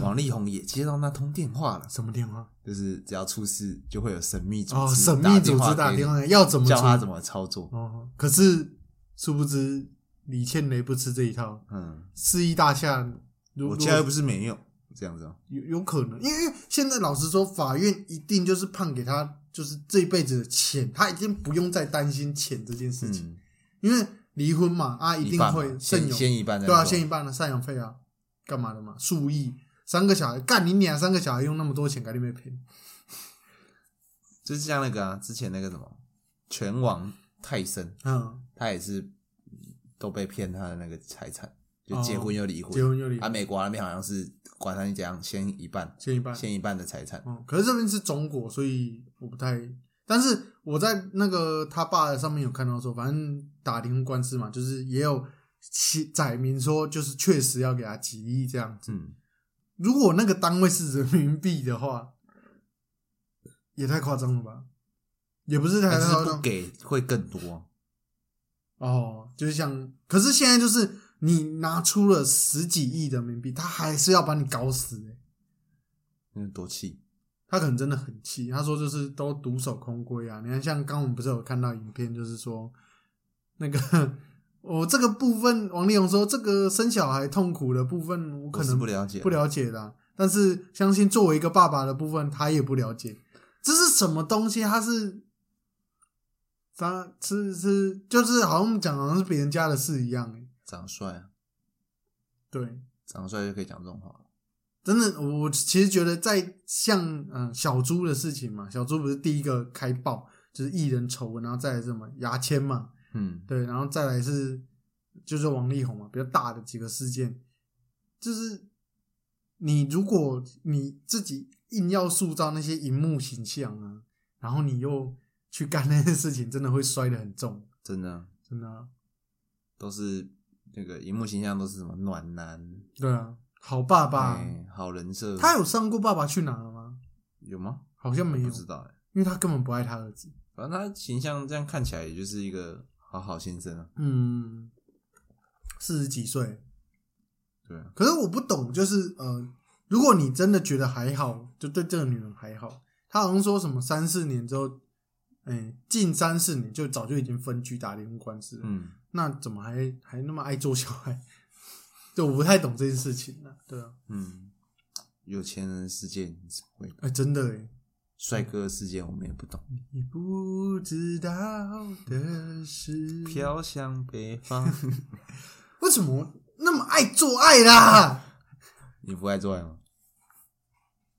王力宏也接到那通电话了，
什么电话？
就是只要出事就会有神秘组织
哦，神秘组织
打
打
电
电
话
话
给
来要怎
你
么
教他
处
怎么操作。
哦，可是殊不知李倩蕾不吃这一套，
嗯，
四亿大厦，如
我
如
家又
果
不是没有这样子哦。
有有可能，因为因为现在老实说，法院一定就是判给他就是这一辈子的钱，他已经不用再担心钱这件事情，
嗯，
因为离婚嘛，啊，一定
半嘛
会赡
先
养，
先一半再
对啊，
说
先一半的赡养费啊，干嘛的嘛，数亿，三个小孩，干你俩三个小孩用那么多钱，肯定没赔。
就是像那个啊，之前那个什么拳王泰森，
嗯，
他也是嗯都被骗他的那个财产，就结
哦
婚又离婚。
结婚就离
啊，
婚，
美国那边好像是管他你怎样，先一半，
先一半，
先一半的财产。
嗯，可是这边是中国，所以我不太。但是我在那个他爸的上面有看到说，反正打离婚官司嘛，就是也有其载明说，就是确实要给他几亿这样子。
嗯，
如果那个单位是人民币的话，也太夸张了吧？也不是太
但是
夸
不
张
给会更多。
哦，就是像，可是现在就是你拿出了十几亿人民币，他还是要把你搞死、欸、
那嗯多气。
他可能真的很气，他说就是都独守空闺啊。你看，像刚刚我们不是有看到影片，就是说那个 (laughs) 我这个部分，王力宏说这个生小孩痛苦的部分，我可
我是
能
不了解
不了解的啊、但是相信作为一个爸爸的部分，他也不了解这是什么东西，他是。他是是就是好像我们讲好像是别人家的事一样欸
长得帅啊，
对，
长得帅就可以讲这种话。
真的，我我其实觉得在像嗯、呃小猪的事情嘛，小猪不是第一个开爆就是艺人丑闻，然后再来是什么牙签嘛，
嗯，
对，然后再来是就是王力宏嘛，比较大的几个事件，就是你如果你自己硬要塑造那些荧幕形象啊，然后你又去干那些事情，真的会摔得很重，
真的啊
真的啊、
都是那个荧幕形象都是什么暖男，
对啊，好爸爸，
哎好人设。
他有上过《爸爸去哪儿》吗？
有吗？
好像没有
不，知道哎、
因为他根本不爱他儿子。
反正他形象这样看起来，也就是一个好好先生啊。
嗯，四十几岁，
对啊，
可是我不懂，就是呃，如果你真的觉得还好，就对这个女人还好，她好像说什么三四年之后，哎、近三四年就早就已经分居打离婚官司了，
嗯，
那怎么还还那么爱做小孩？ (laughs) 就我不太懂这件事情呢、对啊，
嗯，有钱人的世界你怎么会？
哎、真的哎、
帅哥的世界我们也不懂。
你不知道的事，
飘向北
(laughs)
方，
为什么那么爱做爱啦？
你不爱做爱吗？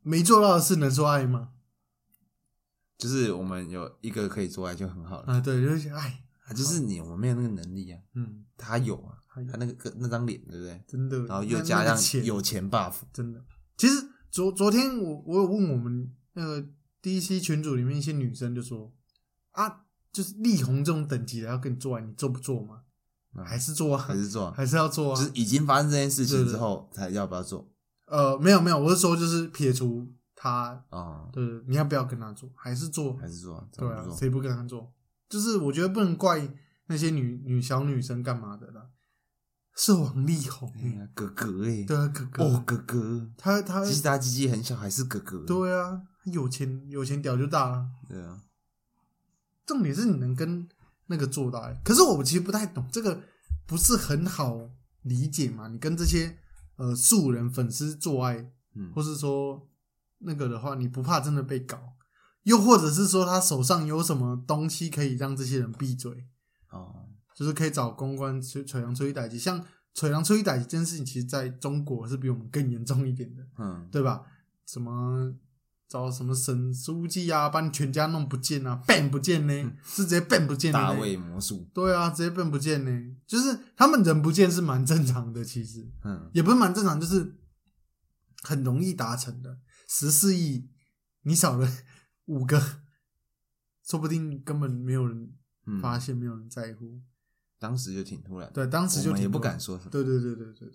没做到的事能说爱吗？
就是我们有一个可以做爱就很好了，
啊，对，就是哎，
啊就是你我们没有那个能力啊，
嗯。
他有啊，
他有
他那个那张脸对不对？
真的，
然后又
那
加
那个
上
钱
有钱 buff，
真的。其实昨昨天我我有问我们那个 DC 群组里面一些女生，就说啊，就是力宏这种等级的要跟你做爱，啊你做不做嘛？
嗯
还是做啊？
还是做啊，
还是要做
就
啊？
是已经发生这件事情
对对
之后才要不要做
呃，没有没有，我是说就是撇除他，
啊？
对，对你要不要跟他做？还是做？
还是做啊？怎
对
么
啊
不，做？
谁不跟他做？就是我觉得不能怪那些女女小女生干嘛的啦。是王力宏
哎
欸，
呀，哥哥哎、
对啊，哥哥，
哦，哥哥，
他他
即使他鸡鸡很小，还是哥哥。
对啊，有钱有钱屌就大啊。
对啊，
重点是你能跟那个做到、欸。可是我其实不太懂，这个不是很好理解嘛？你跟这些呃素人粉丝做爱，
嗯
或，是说那个的话，你不怕真的被搞？又或者是说他手上有什么东西可以让这些人闭嘴？
哦，
就是可以找公关去垂杨出一代机，像垂杨出一代机这件事情，其实在中国是比我们更严重一点的，
嗯，
对吧？什么找什么省书记啊，把你全家弄不见啊，ban 不见呢，是直接 ban 不见的呢
嗯大卫魔术，
对啊，直接变不见呢。就是他们人不见是蛮正常的，其实
嗯，
也不是蛮正常，就是很容易达成的。十四亿，你少了五个，说不定根本没有人
嗯
发现，没有人在乎。
当时就挺突然的，
对，当时就
我们也
挺
不
多
敢说什么。
对对对对对。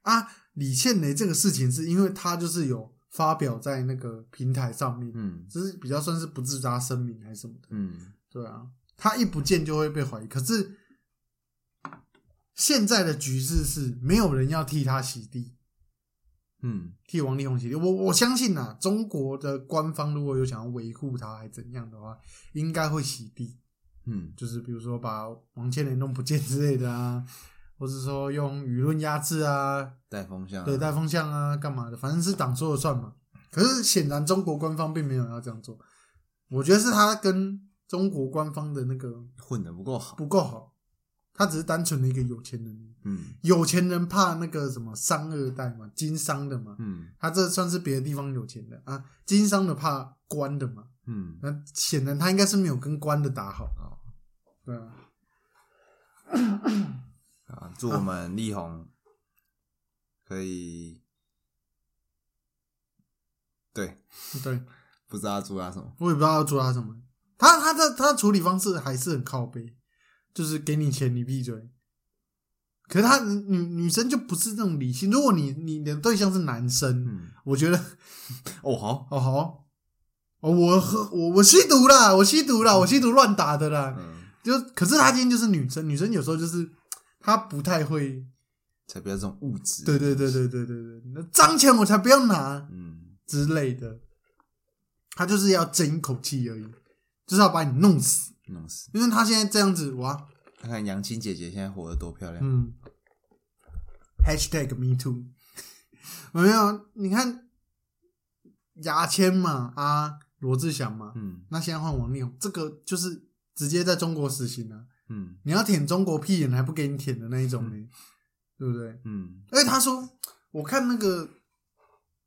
啊，李倩蕾这个事情是因为她就是有发表在那个平台上面，
嗯
就是比较算是不自杀声明还是什么的。
嗯，
对啊，他一不见就会被怀疑。可是现在的局势是没有人要替他洗地，
嗯，
替王力宏洗地。我我相信啊，中国的官方如果有想要维护他还怎样的话，应该会洗地，
嗯，
就是比如说把王千莲弄不见之类的啊，或是说用舆论压制啊，
带风向啊，
对带风向啊，干嘛的，反正是党说了算嘛。可是显然中国官方并没有要这样做，我觉得是他跟中国官方的那个
混的不够好。
不够好，他只是单纯的一个有钱人。
嗯
有钱人怕那个什么商二代嘛，经商的嘛，
嗯
他这算是别的地方有钱的啊，经商的怕官的嘛，
嗯，
那显然他应该是没有跟官的打好
哦
对啊，
啊，祝我们力宏可以，对，
对，
不知道祝他什么。
我也不知道要做他什么，他他的他的处理方式还是很靠背，就是给你钱你闭嘴。可是他女女生就不是那种理性，如果你你的对象是男生，
嗯，
我觉得
哦好，
哦好，哦我喝我我吸毒啦，我吸毒啦，我吸毒乱打的啦。
嗯，
就可是她今天就是女生，女生有时候就是她不太会，
才不要这种物质。
对对对对对对对，那脏钱我才不要拿
嗯
之类的，她就是要争一口气而已，就是要把你弄死，
弄死。
因为她现在这样子哇，
看看杨青姐姐现在活得多漂亮。
嗯，#hashtag me too，没有，你看牙签嘛啊，罗志祥嘛，
嗯
那现在换王力宏，这个就是直接在中国死刑了、
嗯
你要舔中国屁眼还不给你舔的那一种呢，对不对？
嗯
而且他说，我看那个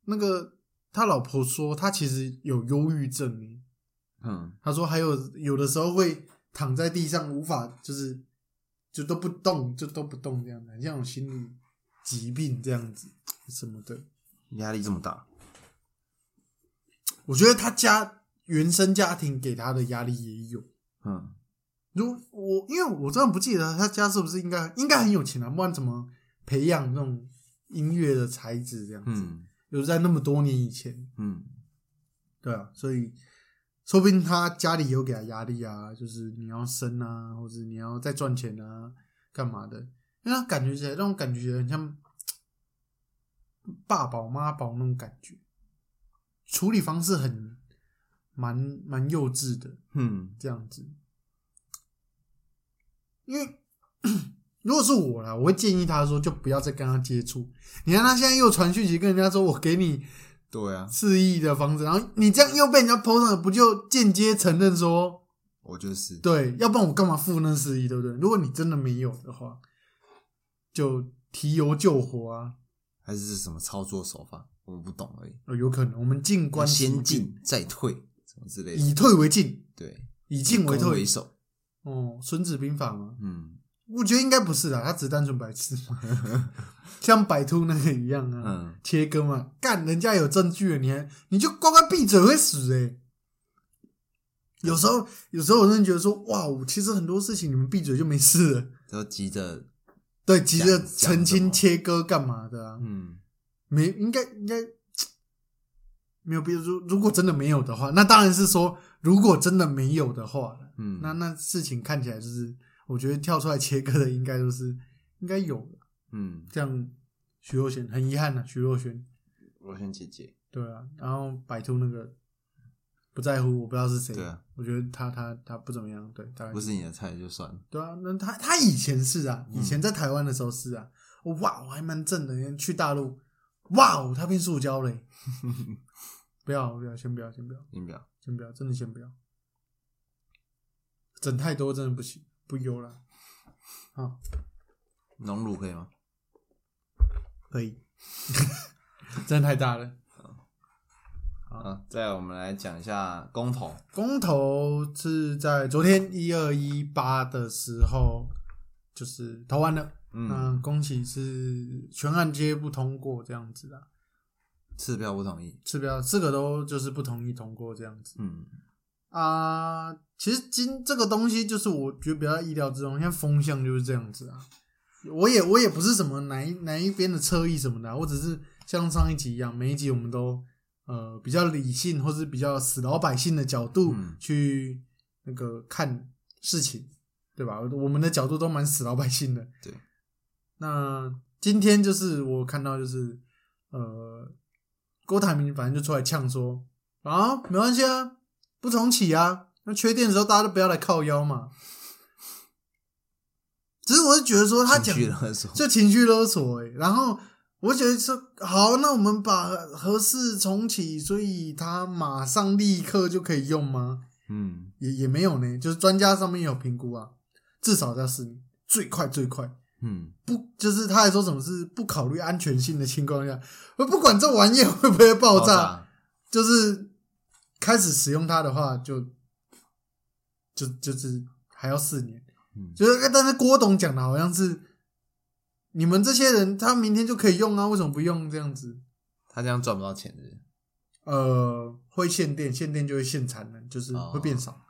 那个他老婆说，他其实有忧郁症呢。
嗯
他说还有有的时候会躺在地上无法就是就都不动，就都不动这样的，很像有心理疾病这样子什么的。
压力这么大。
我觉得他家原生家庭给他的压力也有。
嗯
如我因为我真的不记得他家是不是应该应该很有钱啊，不然怎么培养那种音乐的才子这样子？
嗯
有在那么多年以前，
嗯
对啊，所以说不定他家里有给他压力啊，就是你要生啊，或者你要再赚钱啊，干嘛的？因为他感觉起来让我感觉很像爸宝妈宝那种感觉，处理方式很蛮蛮幼稚的，
嗯
这样子。因为 (coughs) 如果是我啦，我会建议他说，就不要再跟他接触。你看他现在又传讯息跟人家说，我给你
对啊，
四亿的房子，然后你这样又被人家 PO 上了，不就间接承认说，
我就是。
对，要不然我干嘛付那四亿，对不对？如果你真的没有的话，就提油救火啊，
还是是什么操作手法，我们不懂而已。
哦、有可能我们静观其
先
变，
进再退，什么之类的。
以退为进，
对，
以嗯进为
攻
退
为。守。
哦，《孙子兵法》吗？
嗯
我觉得应该不是啦，他只是单纯白痴，
(laughs)
像百兔那个一样啊，
嗯，
切割嘛，干人家有证据了，你还你就乖乖闭嘴会死哎、有时候，有时候我真的觉得说，哇，我其实很多事情你们闭嘴就没事了，
都急着，
对，急着
讲
澄
讲什
清
么
切割干嘛的啊？
嗯
没，应该应该没有必要。如如果真的没有的话，那当然是说，如果真的没有的话，
嗯，
那那事情看起来就是，我觉得跳出来切割的应该都是应该有啦
嗯，
这样。徐若瑄很遗憾呐、啊徐若瑄
我选姐姐，
对啊，然后摆脱那个不在乎，我不知道是谁，
对啊
我觉得他他他不怎么样，对，大概
不是你的菜就算了。
对啊，那他他以前是啊，
嗯
以前在台湾的时候是啊，哇，我还蛮正的。去大陆，哇，他变塑胶嘞、
(laughs)
不要不要，先不要先不要
音表，
先不要，真的先不要，整太多真的不行，不优了。好，
农乳可以吗？
可以， (laughs) 真的太大了。
啊，再来我们来讲一下公投。
公投是在昨天一二一八的时候，就是投完了，
嗯，
那恭喜是全案皆不通过这样子啦。
次票不同意。
是不要这个都就是不同意通过这样子
嗯，
啊、其实今这个东西就是我觉得比较意料之中，像风向就是这样子啊。我也我也不是什么哪一哪一边的侧翼什么的啊、我只是像上一集一样，每一集我们都呃比较理性或是比较死老百姓的角度
嗯
去那个看事情，对吧？我们的角度都蛮死老百姓的。
对。
那今天就是我看到就是呃，郭台铭反正就出来呛说啊，没关系啊，不重启啊，那缺电的时候大家都不要来靠腰嘛。只是我是觉得说他
情
讲
绪勒索。
就情绪勒索、欸，然后我觉得说好，那我们把合适重启，所以它马上立刻就可以用吗？
嗯，
也也没有呢，就是专家上面有评估啊，至少要四年，最快最快。
嗯，
不就是他还说什么是不考虑安全性的情况下，我不管这玩意儿会不会爆炸，就是开始使用它的话就，就就是还要四年。
嗯
就是但是郭董讲的好像是你们这些人，他明天就可以用啊，为什么不用这样子？
他这样赚不到钱的。
呃，会限电，限电就会限产能，就是
哦
会变少。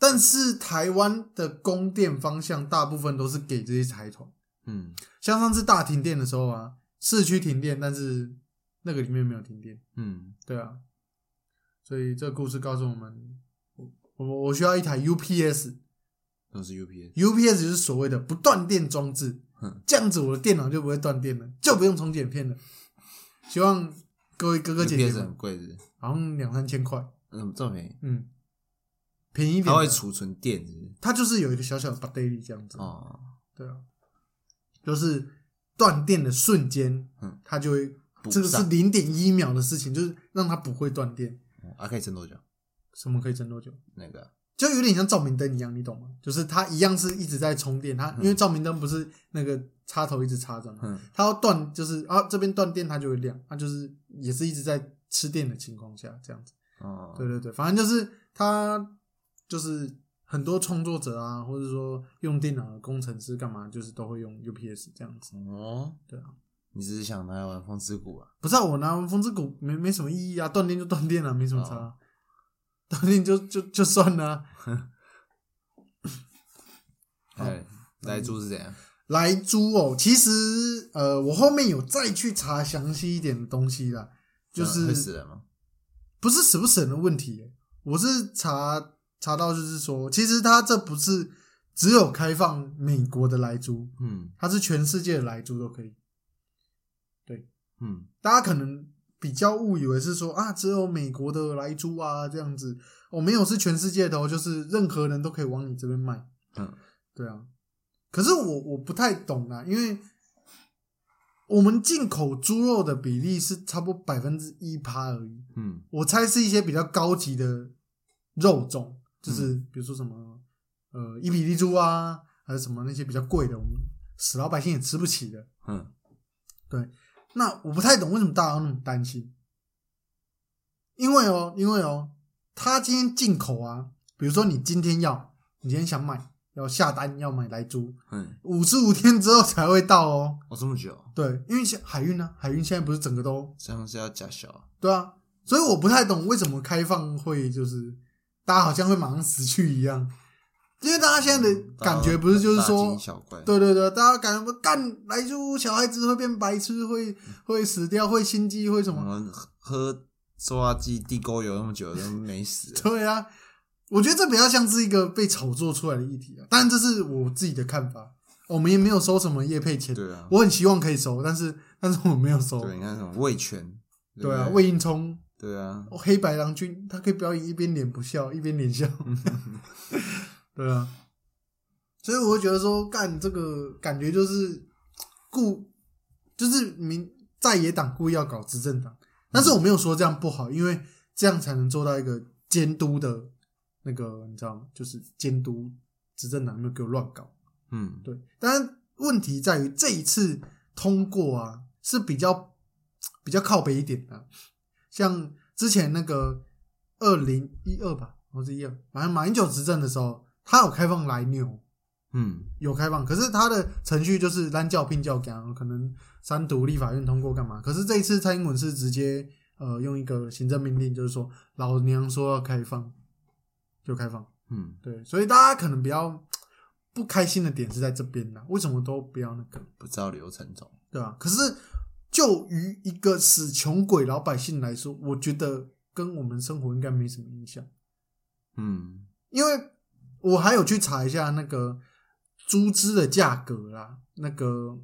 但是台湾的供电方向大部分都是给这些财团。
嗯
像上次大停电的时候啊，市区停电，但是那个里面没有停电，
嗯，
对啊。所以这个故事告诉我们，我我我需要一台 UPS，UPS
都是 UPS。
就是所谓的不断电装置
嗯，
这样子我的电脑就不会断电了，就不用重剪片了。希望各位哥哥姐姐
UPS
们
很，贵的，
好像两三千块，
嗯，这么便宜，
嗯，便宜一点
它
的，
会储存电是不是
它就是有一个小小的 battery 这样子，
哦，
对啊，就是断电的瞬间，
嗯
它就会
补
这个是
上
零点一秒的事情，就是让它不会断电。
哦啊，可以撑多久？
什么可以撑多久？
那个
就有点像照明灯一样，你懂吗？就是它一样是一直在充电，它
嗯
因为照明灯不是那个插头一直插着嘛，
嗯
它要断就是啊这边断电它就会亮，它就是也是一直在吃电的情况下这样子。
哦，
对对对，反正就是他就是很多创作者啊，或者说用电脑的工程师干嘛，就是都会用 UPS 这样子。
哦，
对啊，
你只是想拿来玩风之谷啊？
不是、啊、我拿风之谷没没什么意义啊，断电就断电了、没什么差、
哦
断电就就就算了啊、好
哎，来猪是怎样？
来猪哦，其实呃，我后面有再去查详细一点的东西啦，就
这样啊会死
是
人吗？
不是省不省的问题耶、我是查查到就是说，其实它这不是只有开放美国的来猪，
嗯
它是全世界的来猪都可以。
嗯，
大家可能比较误以为是说啊，只有美国的来猪啊这样子，哦，没有是全世界的、哦，就是任何人都可以往你这边卖。
嗯，
对啊。可是我我不太懂啊，因为我们进口猪肉的比例是差不多百分之一趴而已，
嗯
我猜是一些比较高级的肉种，就是比如说什么、呃伊比利猪啊，还是什么那些比较贵的，我们死老百姓也吃不起的。
嗯，
那我不太懂为什么大家要那么担心，因为哦，因为哦，他今天进口啊，比如说你今天要，你今天想买，要下单要买来猪，
嗯，
五十五天之后才会到哦。
哦，这么久，
对，因为现海运呢、海运现在不是整个都
这样是要假小啊？
对啊，所以我不太懂为什么开放会就是大家好像会马上死去一样，因为大家现在的感觉不是就是
大
说
惊小怪，
对对对，大家感觉不干来猪小孩子会变白痴，
嗯
会会死掉，会心悸，会什
我
么？，
们喝喝塑化剂地沟油那么久都没死
对啊，我觉得这比较像是一个被炒作出来的议题啊。当然，这是我自己的看法，我们也没有收什么业配钱，
对啊，
我很希望可以收，但是但是我没有收。
对，你看什么魏权，
哦对啊，
不
魏应充、
对啊，
哦黑白郎君，他可以表演一边脸不笑一边脸笑，对啊。所以我会觉得说，干这个感觉就是故，就是民在野党故意要搞执政党，但是我没有说这样不好，因为这样才能做到一个监督的那个，你知道吗？就是监督执政党有没有给我乱搞。
嗯，
对，但问题在于这一次通过啊是比较比较靠北一点的啊、像之前那个二零一二吧，或是一二，反正马英九执政的时候，他有开放来牛，
嗯，
有开放，可是他的程序就是单教聘教讲，可能三读立法院通过干嘛？可是这一次蔡英文是直接呃用一个行政命令，就是说老娘说要开放就开放。
嗯，
对，所以大家可能比较不开心的点是在这边啦，为什么都不要那个，
不知道流程走，
对吧、可是就于一个死穷鬼老百姓来说，我觉得跟我们生活应该没什么影响，
嗯，
因为我还有去查一下那个猪只的价格啦，那个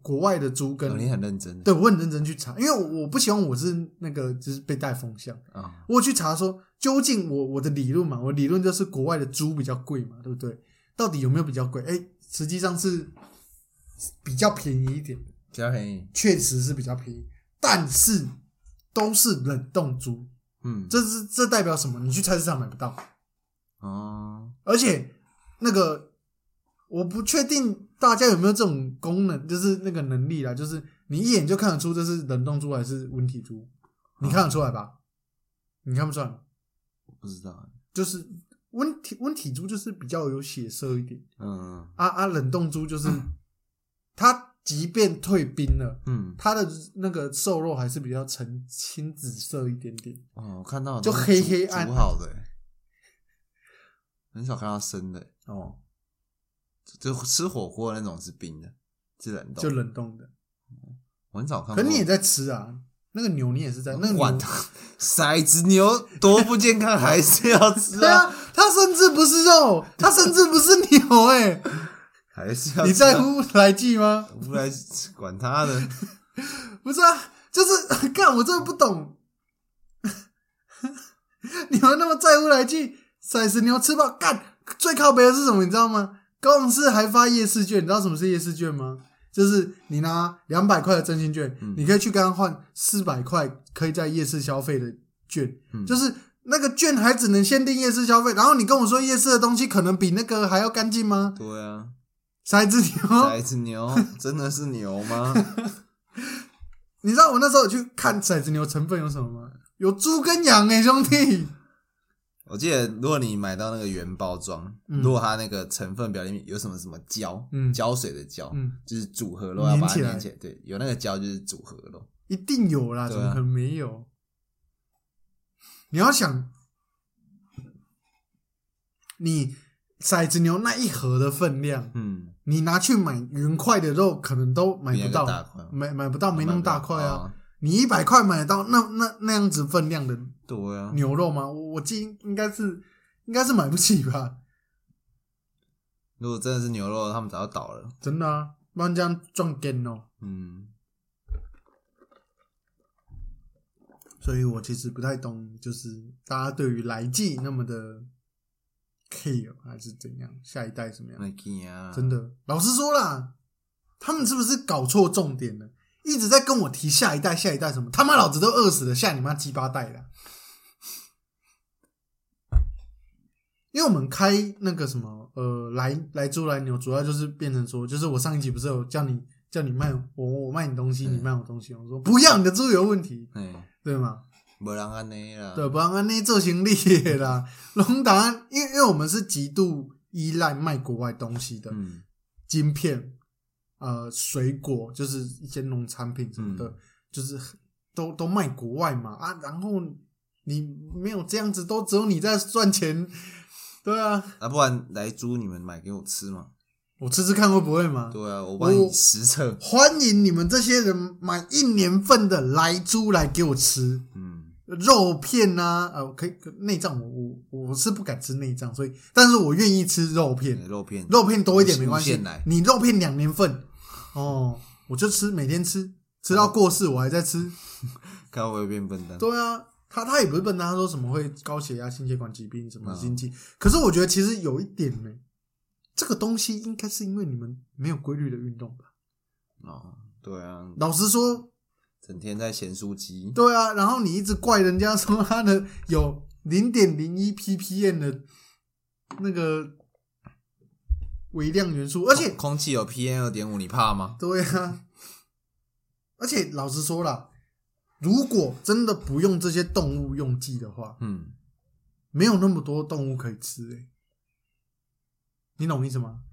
国外的猪跟
哦、你很认真
对我很认真去查，因为我我不希望我是那个就是被带风向。
啊，
我有去查说，究竟我我的理论嘛，我理论就是国外的猪比较贵嘛，对不对？到底有没有比较贵？哎，实际上是比较便宜一点，
比较便宜，
确实是比较便宜，但是都是冷冻猪，
嗯，
这是这代表什么？你去菜市场买不到，
哦，
而且那个我不确定大家有没有这种功能，就是那个能力啦，就是你一眼就看得出这是冷冻猪还是温体猪，你看得出来吧？你看不出来吗？
我不知道，
就是温体温体猪就是比较有血色一点，
嗯
啊啊，冷冻猪就是它即便退冰了，
嗯，
它的那个瘦肉还是比较呈青紫色一点点。
哦，我看到
就
都是
黑
煮
黑暗
煮好的欸、很少看到生的欸、
哦，
就吃火锅那种是冰的，是冷冻，
就冷冻的，
我很少看过。
可你也在吃啊，那个牛你也是在那个
哦管
牛，
它，骰子牛多不
(laughs)
健康，还是要吃
对
啊，
啊，它甚至不是肉，它甚至不是牛、欸，哎，
还是要吃啊
你在？乎来记吗？
不来管他的，
不是啊，就是 (laughs) 干，我真的不懂， (laughs) 你们那么在乎来去骰子牛吃饱干，最靠北的是什么？你知道吗？高雄市还发夜市券，你知道什么是夜市券吗？就是你拿两百块的真心券，
嗯
你可以去跟他换四百块可以在夜市消费的券，
嗯
就是那个券还只能限定夜市消费。然后你跟我说夜市的东西可能比那个还要干净吗？
对啊，
骰子牛，
骰子牛真的是牛
(laughs)
吗？
你知道我那时候有去看骰子牛成分有什么吗？有猪跟羊哎、兄弟。
我记得，如果你买到那个原包装，
嗯
如果它那个成分表里面有什么什么胶，
嗯
胶水的胶，
嗯，
就是组合肉要把
粘
它
起来
粘起来，对，有那个胶就是组合肉，
一定有啦，
对啊
怎么可能没有？你要想，你骰子牛那一盒的分量，
嗯，
你拿去买原块的肉，可能都买
比
哎不
那个大
到，
块吗，
买买不到，没那么大块啊。
哦，
你一百块买得到那那那样子分量的
对啊，
牛肉吗？我我记应应该是应该是买不起吧，
如果真的是牛肉，他们早就倒了，
真的啊，不然这样撞干哦。
嗯，
所以我其实不太懂，就是大家对于来季那么的 care 还是怎样，下一代怎么样？
那见啊，
真的，老实说啦，他们是不是搞错重点了？一直在跟我提下一代，下一代什么？他妈老子都饿死了，下你妈鸡巴代了！因为我们开那个什么，呃，来来猪来牛，主要就是变成说，就是我上一集不是有叫你叫你卖我我卖你东西，你卖我东西，我说不要，你的猪有问题，
哎，
对吗？
没人安尼啦，
对，不然安尼做行李的啦。 (laughs) 龙达，因为因为我们是极度依赖卖国外东西的，
嗯，
晶片、呃，水果，就是一些农产品什么的，
嗯
就是都都卖国外嘛啊。然后你没有这样子，都只有你在赚钱， (laughs) 对啊。
那不然来猪你们买给我吃嘛，
我吃吃看会不会嘛？
对啊，我帮你实测，
欢迎你们这些人买一年份的来猪来给我吃，
嗯，
肉片呐、啊，呃，可以内脏我我我是不敢吃内脏，所以但是我愿意吃肉片，
肉片，
肉片多一点没关
无
系
限奶，
你肉片两年份，哦，我就吃每天吃，吃到过世我还在吃，
嗯看我会变笨蛋。
对啊，他他也不是笨蛋，他说什么会高血压、心血管疾病什么
嗯
心悸，可是我觉得其实有一点呢、这个东西应该是因为你们没有规律的运动吧？
哦，对啊，
老实说，
整天在咸酥鸡，
对啊，然后你一直怪人家说他的有零点零一 ppm 的那个微量元素，而且
空气有 PM 二点五，你怕吗？
对啊，而且老实说啦，如果真的不用这些动物用剂的话，
嗯，
没有那么多动物可以吃、欸，你懂我意思吗？
嗯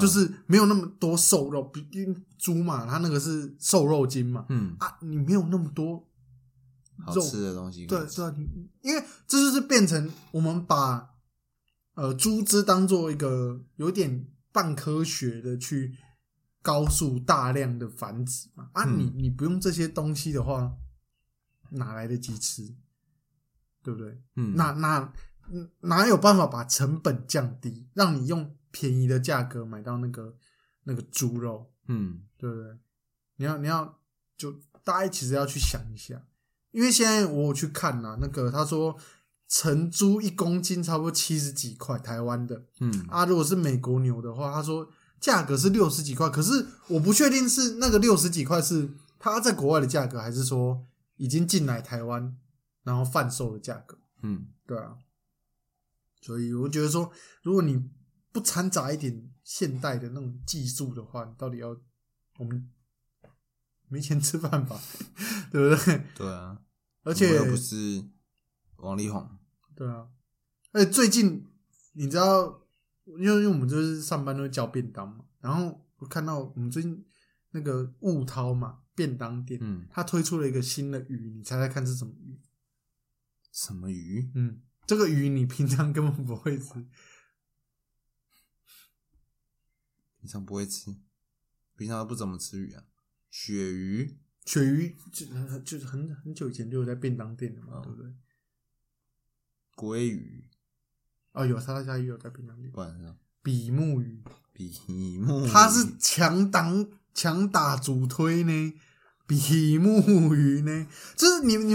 就是没有那么多瘦肉，毕竟猪嘛，它那个是瘦肉精嘛，
嗯，
啊，你没有那么多
好
肉
吃的东西，嗯
对，对，你因为这就是变成我们把呃猪只当做一个有点半科学的去高速大量的繁殖嘛。啊
嗯
你，你不用这些东西的话，哪来得及吃？对不对？
嗯，
哪哪哪有办法把成本降低，让你用便宜的价格买到那个那个猪肉？
嗯，
对不对？你要你要就大家其实要去想一下，因为现在我有去看啦、那个他说成猪一公斤差不多七十几块台湾的
嗯，
啊，如果是美国牛的话，他说价格是六十几块，可是我不确定是那个六十几块是他在国外的价格，还是说已经进来台湾然后贩售的价格。
嗯，
对啊，所以我觉得说，如果你不掺杂一点现代的那种技术的话，你到底要我们没钱吃饭吧， (laughs) 对不对？
对啊，
而
我
且
又不是王力宏，
对啊，而且最近你知道，因为因为我们就是上班都会叫便当嘛，然后我看到我们最近那个雾涛嘛便当店，
嗯，
它推出了一个新的鱼，你猜猜看是什么鱼？
什么鱼？
嗯，这个鱼你平常根本不会吃，
平常不会吃，平常都不怎么吃鱼啊，鳕鱼，
鳕鱼就就是很很久以前就有在便当店的嘛，
嗯
对不对？
鲑鱼，
哦，有沙拉虾鱼有在便当店，
不然是什么
比目鱼，
比目鱼，
它是强挡强打主推呢，比目鱼呢，就是你你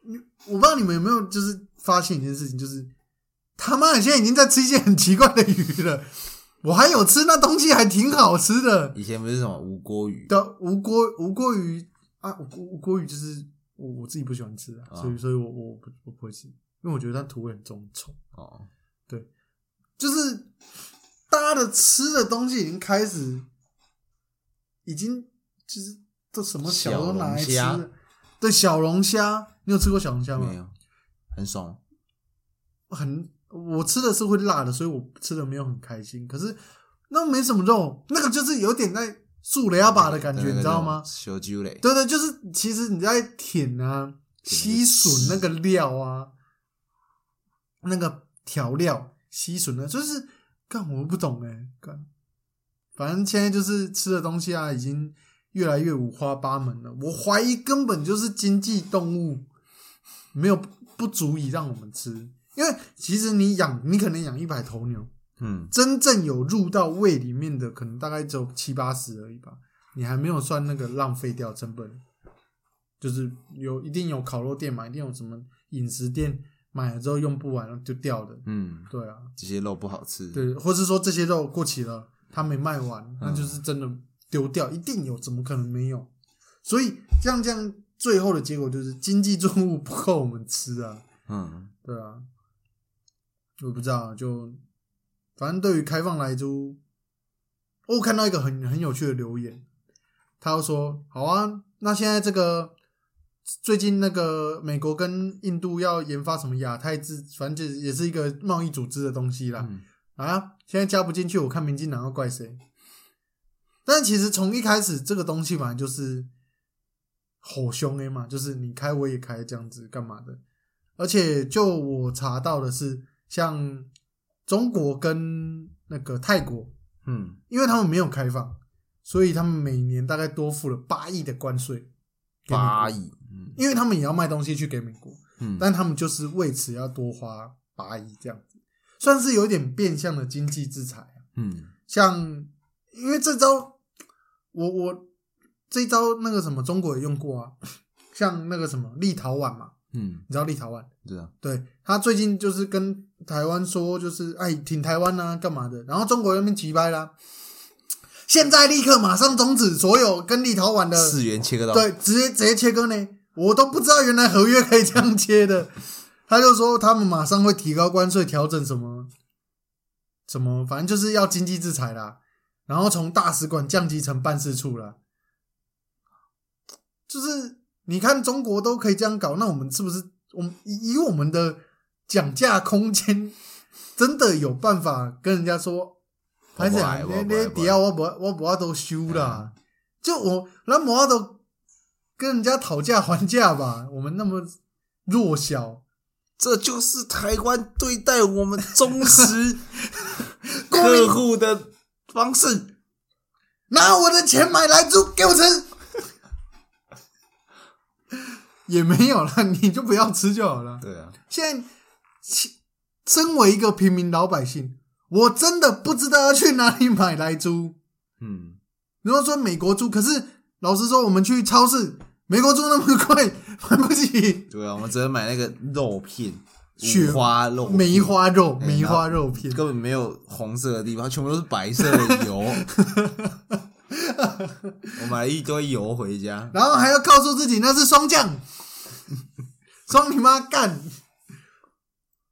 你，我不知道你们有没有就是发现一件事情，就是他妈的现在已经在吃一些很奇怪的鱼了，我还有吃那东西还挺好吃的，
以前不是什么无锅鱼，
的无锅无锅鱼啊，无锅无锅鱼就是我我自己不喜欢吃啊，
啊
所以所以我我不我不会吃，因为我觉得它土味很重臭。
哦，
就是大家的吃的东西已经开始，已经就是都什么小都拿来吃
小
了
龙虾
对，小龙虾，你有吃过小龙虾
没
吗？
有，很爽，
很，我吃的是会辣的，所以我吃的没有很开心。可是那没什么肉，那个就是有点在树雷阿把的感觉，
但那个
你知道吗
那种？小酒类，
对对，就是其实你在舔啊、吸吮那个料啊、那个调料、吸吮的，就是干我不懂哎、干，反正现在就是吃的东西啊，已经越来越五花八门了。我怀疑根本就是经济动物，没有不足以让我们吃，因为其实你养，你可能养一百头牛，
嗯，
真正有入到胃里面的，可能大概只有七八十而已吧。你还没有算那个浪费掉成本，就是有一定有烤肉店嘛，一定有什么饮食店买了之后用不完就掉的。
嗯，
对啊，
这些肉不好吃，
对，或是说这些肉过期了，它没卖完，那就是真的丢掉，一定有，怎么可能没有？所以这样这样，最后的结果就是经济作物不够我们吃啊。
嗯，
对啊，我不知道，就反正对于开放来租，我看到一个很很有趣的留言，他就说：“好啊，那现在这个最近那个美国跟印度要研发什么亚太制，反正就是也是一个贸易组织的东西啦。
嗯
啊，现在加不进去，我看民进党要怪谁？但其实从一开始这个东西本来就是吼凶 A 嘛，就是你开我也开这样子干嘛的。而且就我查到的是，像中国跟那个泰国，
嗯，
因为他们没有开放，所以他们每年大概多付了八亿的关税。
八，亿，嗯
因为他们也要卖东西去给美国，
嗯
但他们就是为此要多花八亿这样子，算是有点变相的经济制裁啊。
嗯
像因为这招，我我这一招那个什么中国也用过啊，像那个什么立陶宛嘛，
嗯，
你知道立陶宛？
对啊，
对他最近就是跟台湾说，就是哎挺台湾啊，干嘛的？然后中国那边急掰啦，现在立刻马上终止所有跟立陶宛的
四元切割到，
呃对，直接直接切割呢，我都不知道原来合约可以这样切的。他就说他们马上会提高关税，调整什么什么，反正就是要经济制裁啦。然后从大使馆降级成办事处啦。就是你看中国都可以这样搞，那我们是不是我们以以我们的讲价空间，真的有办法跟人家说？还是
我不
你
爱我不爱嗯
你底下我不我不要都修啦，就我那不要都跟人家讨价还价吧，我们那么弱
啊
小，
这就是台湾对待我们忠
(laughs)
实
公民
客户的方式。
拿我的钱买来猪给我吃， (laughs) 也没有啦， (laughs) 你就不要吃就好了。
对啊，
现在，其身为一个平民老百姓，我真的不知道要去哪里买来猪。
嗯，
你要说美国猪，可是老实说，我们去超市，美国猪那么贵，买不起。
对啊，我们只能买那个肉片，
雪
五花肉片，
梅花肉，
哎
梅花肉片，
根本没有红色的地方，全部都是白色
(laughs)
的油。我买了一堆油回家，
然后还要告诉自己那是霜降， (laughs) 霜你妈干！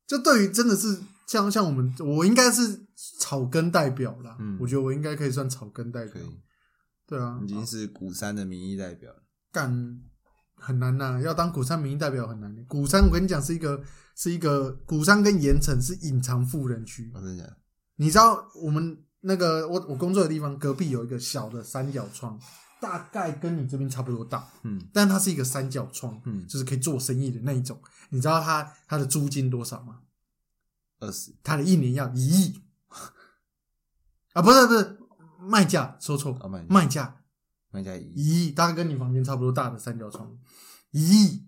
就对于真的是像像我们，我应该是草根代表啦，
嗯
我觉得我应该可以算草根代
可
表，
以，
对啊
已，经是古山的民意代表了。
干很难呐、要当古山民意代表很难。古山我跟你讲是一个是一个古山跟盐城是隐藏富人区，
我真的假的，
你知道我们那个我我工作的地方隔壁有一个小的三角窗，大概跟你这边差不多大，
嗯
但它是一个三角窗，
嗯，
就是可以做生意的那一种。你知道它它的租金多少吗？
二十，
它的一年要一亿 (laughs) 啊，不是不是，卖价说错
啊卖价，
卖价
卖家一，
一亿，大概跟你房间差不多大的三角窗，一亿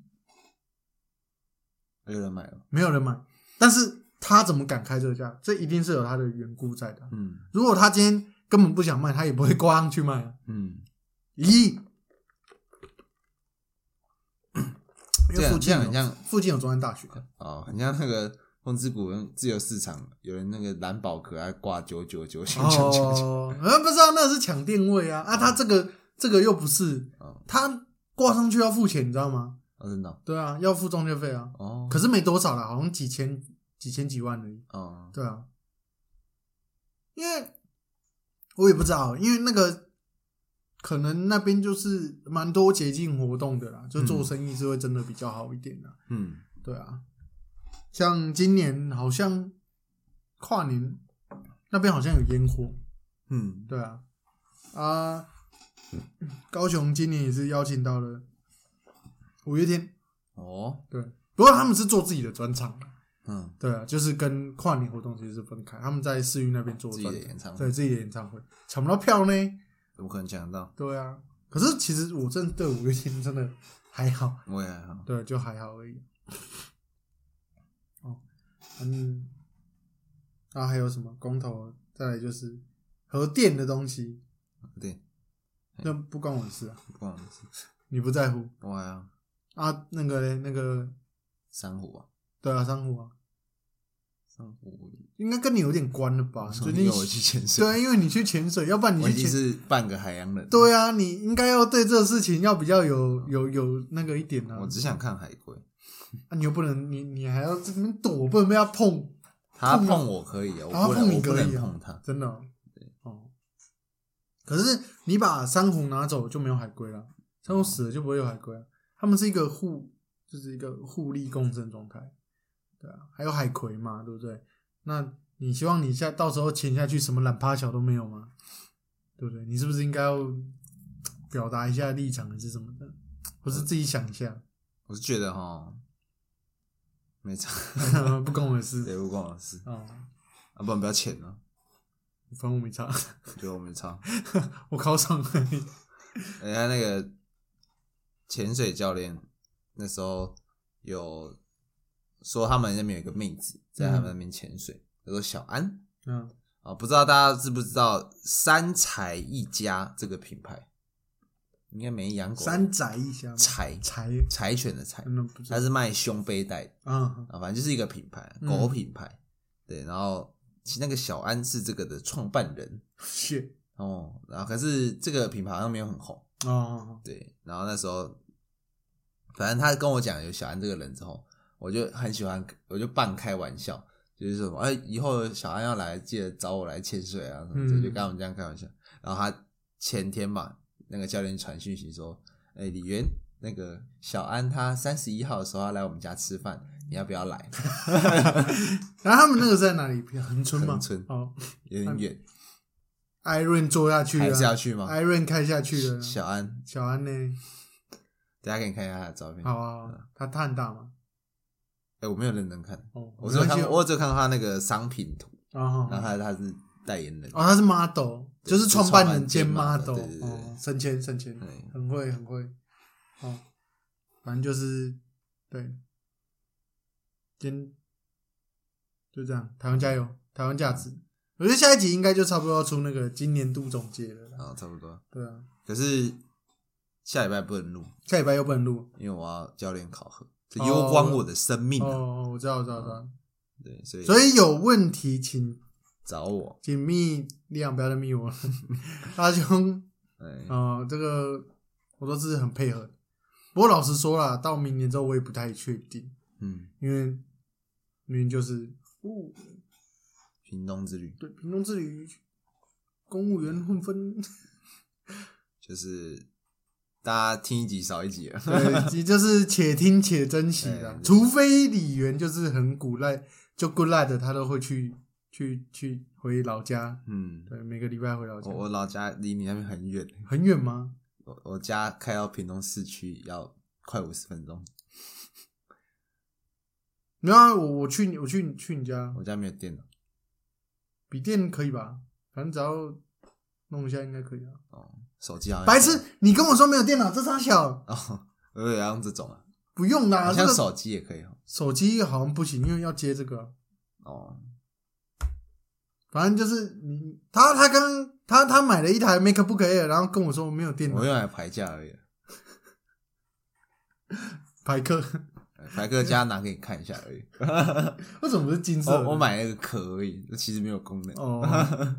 有人买了，
没有人买，但是他怎么敢开这个价？这一定是有他的缘故在的。
嗯
如果他今天根本不想卖，他也不会挂上去卖啊。
嗯，
一亿，
(coughs)
因
这
为
样
附近
这样很
有
像
附近有中山大学，
哦，很像那个控制股自由市场，有人那个蓝宝壳还挂九九九 (laughs) 九九九九，
哦，呃，不知道那是抢定位啊啊！他这个这个又不是
哦，
他挂上去要付钱，你知道吗？
哦真的哦
对啊，要付中介费啊，
哦，
可是没多少啦，好像几千几千几万而已。
哦，
对啊，因为我也不知道，因为那个可能那边就是蛮多节庆活动的啦，就做
嗯
生意是会真的比较好一点啦。
嗯，
对啊，像今年好像跨年那边好像有烟火，
嗯，
对啊，啊，高雄今年也是邀请到了五月天，
哦，
对，不过他们是做自己的专场啦
嗯，
对啊，就是跟跨年活动其实是分开，他们在市运那边做
自己
专
的
场
演唱会
对自己的演唱会抢不到票呢。
怎么可能抢得到？
对啊，可是其实我真的对五月天真的还好，
我也还好，
对，就还好而已。哦，嗯，啊，还有什么公投？再来就是核电的东西，
对，
那不关我的事啊，
不关我的事，
你不在乎
我还好，
啊？那个嘞那个，
珊瑚啊，
对啊，珊瑚啊，
珊瑚，
应该跟你有点关了吧？最
因
近
为我去潜水，
对啊，因为你去潜水，要不然你
我已
去
经
潜
是半个海洋人，，
对啊，你应该要对这事情要比较有有有那个一点啊
我，只想看海龟，
啊你又不能你你还要这边躲，不能被他碰，
它
碰啊
碰我可以啊，
啊
我不
碰
能，
你
我不
可
能
以啊
碰它，
真的哦。哦可是你把珊瑚拿走就没有海龟了，珊瑚死了就不会有海龟了。它们是一个互，就是一个互利共生状态，对啊，还有海葵嘛，对不对？那你希望你下到时候潜下去什么懒趴小都没有吗？对不对？你是不是应该要表达一下立场还是什么的？或是自己想一下？ (laughs)
我是觉得哈，没差，
不关我的事
对，不关我的事，
哦，
啊，不然不要潜了，
反正我没差， (laughs)
我觉得我没差。哎
我考上 (laughs) 嗯而已。
人家那个潜水教练那时候有说他们那边有一个妹子在他们那边潜水，叫做小安
嗯，
啊，不知道大家知不知道三柴一家这个品牌？应该没养狗。
三宅一
(laughs)
下吗，
柴
柴，
柴犬的柴，
嗯，不知
它
道，
是卖胸背带的
嗯
啊，反正就是一个品牌，
嗯
狗品牌。对，然后其实那个小安是这个的创办人
，shit，
哦，然后可是这个品牌好像没有很红。
哦，
对，然后那时候，反正他跟我讲有小安这个人之后，我就很喜欢，我就半开玩笑，就是说，哎，以后小安要来，记得找我来潜水啊什么的，
嗯
就跟我们这样开玩笑。然后他前天嘛，那个教练传讯息说，哎，李源，那个小安他三十一号的时候要来我们家吃饭，你要不要来？
然后他们那个在哪里？横村吗？
恒春
哦
有点远，
，Iron 做下去了
还是要去吗？
，Iron 开下去了，
小嗯安，
小安呢？
等一下给你看一下他的照片。
好啊，好他他很大吗？
哎，我没有认真看，
哦，
我只有
没关
看
系
过，我只有看到他那个商品图。
哦，
然
哦
后他他是代言人，
哦，他是 model，
对
就是创办人
是
兼
创办人
model，
对对对
哦，升迁升迁，
嗯
很会很会，哦，反正就是对，今就这样，台湾加油，台湾价值。我觉得下一集应该就差不多要出那个今年度总结了啦，
啊，差不多。
对啊，
可是下礼拜不能录，
下礼拜又不能录。
因为我要教练考核，这
哦
攸关我的生命
哦
啊。嗯
哦，我知道，我知道，我知道。
对，所以
所以有问题请
找我，
请密力量，不要再密我了， (laughs) 大兄。
哎，
啊、这个我都是很配合的。不过老实说啦，到明年之后我也不太确定，
嗯，
因为明年就是哦，
屏东之旅
对，屏东之旅，公务员混分，
就是大家听一集少一集了。
对，也就是且听且珍惜啦
对。
除非李元就是很古赖，就 good 赖的，他都会去去去回老家，
嗯，
对，每个礼拜回老家
我，我老家离你那边很远，
很远吗？
我我家开到屏东市区要快五十分钟，
没有啊，我我去你我去你去你家，
我家没有电脑。
笔电可以吧？反正只要弄一下应该可以啊。
哦，手机好像
白痴，你跟我说没有电脑，这张小
(laughs) 哦，我也要用这种啊，
不用啦，
好
这
像
个
手机也可以哦
手机好像不行，因为要接这个。
哦，
反正就是你他他刚他他买了一台 MacBook Air，然后跟我说没有电脑
我，用来排假而已。啊
排课。
白哥家拿给你看一下而已。
(laughs) 为什么 (laughs) 是金色的？
我我买那个壳而已，那其实没有功能。 (laughs)
哦，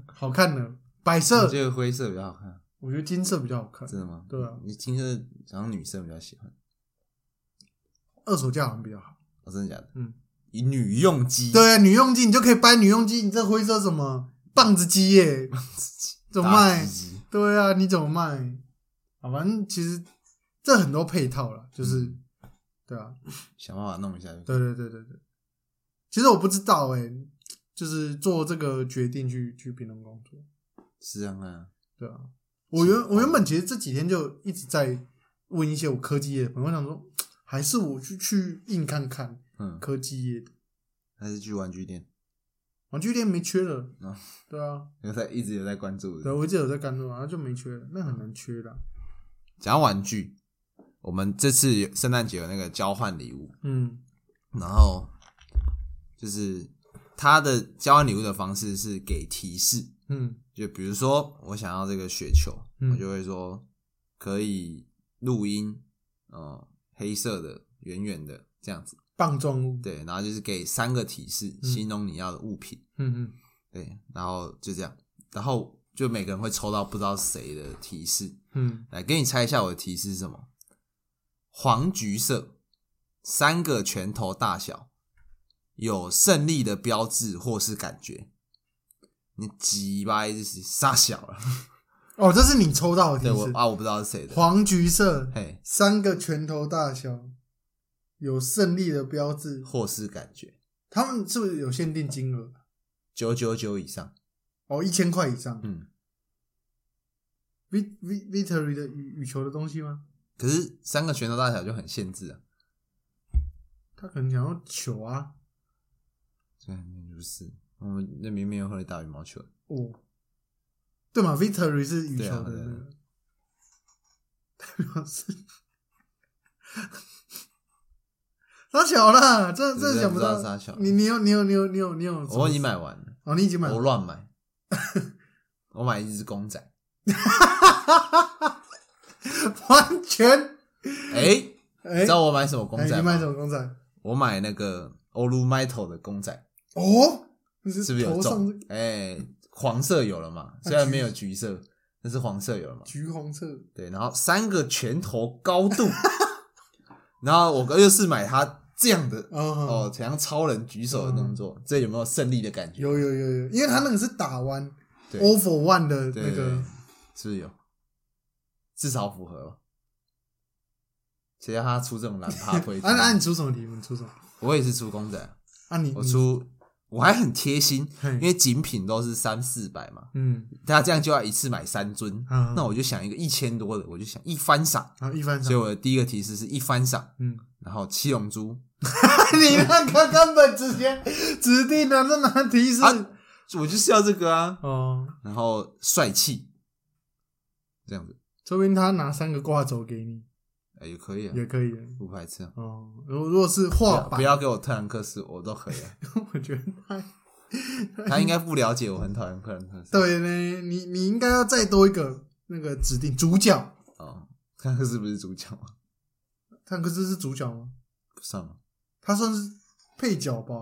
好看的白
我
色，
觉得灰色比较好看，
我觉得金色比较好看，
真的吗？
对啊
你金色好像女生比较喜欢，
二手价好像比较好。
哦，真的假的？
嗯，
以女用机， (laughs)
对啊，女用机你就可以掰女用机，你这灰色什么棒子机
(laughs)
耶？怎么
打
卖
字？机，
对啊，你怎么卖？啊，反正其实这很多配套啦，就是、
嗯
对啊，
想办法弄一下就可以。
对对对对对。其实我不知道哎、就是做这个决定去去屏东工作，
是这样啊，
对啊。我原
哦
我原本其实这几天就一直在问一些我科技业的朋友，我想说还是我去去硬看看
嗯，
科技业的
还是去玩具店，
玩具店没缺了，
嗯
对啊，
有在一直有在关注
对啊
的。
我一直有在干这个，然后就没缺了，那很难缺的，
讲到玩具，我们这次有圣诞节有那个交换礼物，
嗯
然后就是他的交换礼物的方式是给提示，
嗯
就比如说我想要这个雪球，
嗯
我就会说可以录音，呃，黑色的、圆圆的这样子，
棒状物，
对，然后就是给三个提示，
嗯
形容你要的物品，
嗯嗯
对，然后就这样，然后就每个人会抽到不知道谁的提示，
嗯，
来给你猜一下我的提示是什么？黄橘色，三个拳头大小，有胜利的标志或是感觉。你鸡巴就是傻小
(laughs)
了，
哦，这是你抽到的提
对我
示，
啊，我不知道是谁的。
黄橘色，
嘿，
三个拳头大小，有胜利的标志。
或是感觉
他们是不是有限定金额？
九九九以上，
哦，一千块以上。
嗯。
V V Victory 的羽羽球的东西吗？
可是三个拳头大小就很限制啊。
他可能想要球啊。
对，不是，我们那明明有会打羽毛球，
哦，对嘛，Victory 是羽
对
球
啊
的
对啊啊
那个。 (laughs) 代表是傻小啦，这
真
这
的
想
不知道
到
傻小
你你有你有你有你有你有什么，
我已经买完了，
哦，你已经买
我
了，
乱买， (laughs) 我买一只公仔，
完全
哎，
哎
你知道我买什么公
哎
仔
你买什
吗？
么公仔？
我买那个 Olu Metal 的公仔，
哦，你
是不是有
头上
中？哎，黄色有了嘛？虽然没有橘色，但是黄色有了嘛？
橘红色？
对，然后三个拳头高度，然后我哥又是买他这样的
哦
哦
哦，，
怎样超人举手的动作，这有没有胜利的感觉？
有有有有，因为他那个是打弯
对
o v e r one 的
对
那
对对
个，
是不是有？至少符合吧。谁让他出这种烂趴
(laughs)
推
啊啊！你出什么题目？你出什么？
我也是出公仔，
啊你
我
你
出我还很贴心，
嘿
因为精品都是三四百嘛，
嗯，
他这样就要一次买三尊，
嗯
那我就想一个一千多的，我就想一番赏，
然后一翻
所以
赏，
我的第一个提示是一番赏，
嗯，
然后七龙珠，
(laughs) 你那个根本直接指定了，这难题是
啊我就是要这个啊，
哦，
然后帅气，这样子，
说不定他拿三个挂轴给你
哎、也可以啊，
也可以的
不排斥啊。
哦。如果如果是
不
画
要
板，
不要给我特兰克斯，我都可以、啊。
(laughs) 我觉得太
他应该不了解我很讨厌特兰克斯。
对呢，你你应该要再多一个那个指定主角，
哦，特兰克斯不是主角吗？
但可是是主角吗？
不算吗？
他算是配角吧？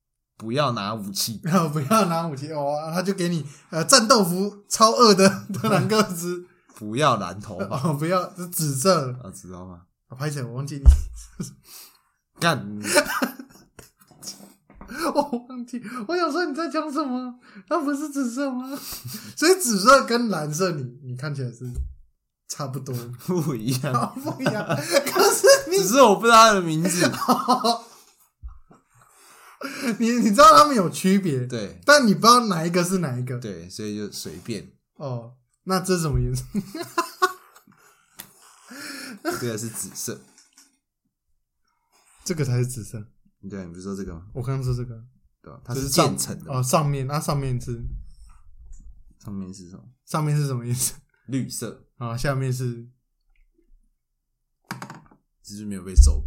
(laughs)
不要拿武器，
然后不要拿武器哦，他就给你呃战斗服超恶的 (laughs) 特兰克
(laughs)
斯，
不要染头发，
哦不要是紫色的，
啊，知道吗？
啊拍起来我忘记你， (laughs)
干，
我哦忘记，我想说你在讲什么？它不是紫色吗？ (laughs) 所以紫色跟蓝色你你看起来是差不多， (laughs)
不一样。
啊不一
(laughs)
样，可是你
只是我不知道他的名字。
你你知道他们有区别，
对
但你不知道哪一个是哪一个。
对，所以就随便。
(laughs) 哦，那这是什么颜色？ (laughs)
这个是紫色。
这个才是紫色。
对啊，你不是说这个吗？
我刚刚说这个，
对吧？啊它
就是上
渐层的嘛，
哦，上面那上面是
上面是什么？
上面是什么颜色？
绿色，
(laughs) 啊，下面是
只是没有被揍。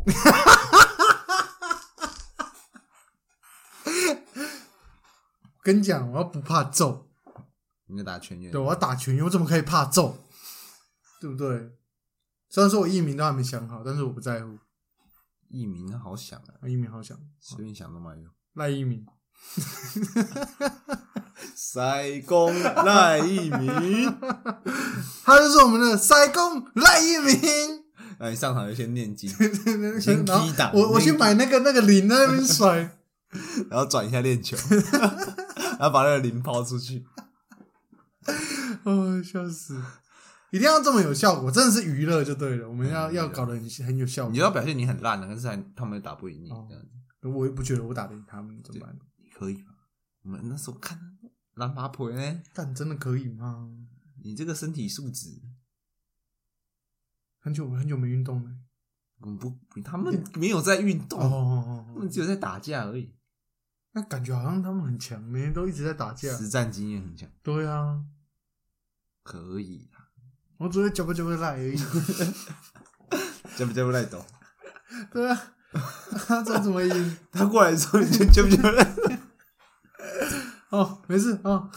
我跟你讲，我要不怕揍，
你就打全员
对，。我要打拳，我怎么可以怕揍？对不对？虽然说我艺名都还没想好，但是我不在乎，
艺名好想啊，
我艺名好想，
随便想都蛮有。
赖艺名，
塞公赖一 (laughs) 鸣，
他就是我们的塞工赖艺名。
那哎你上场就先念经，
(laughs)
先
然后
踢打
我我去
那个
买那个那个铃在那边甩， (laughs)
然后转一下练球，然后把那个零抛出去。
哦，笑死！一定要这么有效果，真的是娱乐就对了。我们要、
嗯
要搞得很很有效
你就要
果。
表现你很烂了，但是还他们打不赢你，
哦
这样子
我也不觉得我打得赢他们，怎么办？
你可以吧？我们那时候看蓝马婆呢，
但真的可以吗？
你这个身体素质，
很久很久没运动了。
我们不他们没有在运
哦
动，
哦
他
哦哦，
们只有在打架而已，
那感觉好像他们很强，每天都一直在打架。
实战经验很强，
对啊，
可以啦，
我只会嚼吧嚼吧来而 (laughs) 已。
接不接不来懂？
对啊， (laughs) 这怎么赢？
他过来的时候你就接不接不来懂？
哦，没事哦，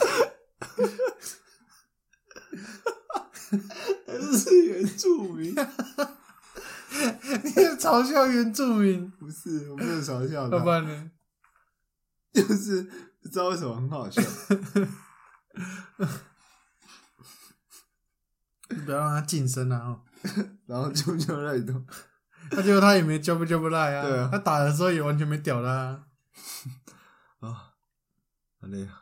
是原住民， (laughs)
你嘲笑原住 (laughs) 民，
不是，我没有嘲
要
笑
不然呢？
就是不知道为什么很好 (laughs) 笑。
你不要让他晋升啊！哦
然后就就那一栋，
他结果他也没教不教不赖啊，
对啊
他打的时候也完全没屌他啊，
啊，好累啊，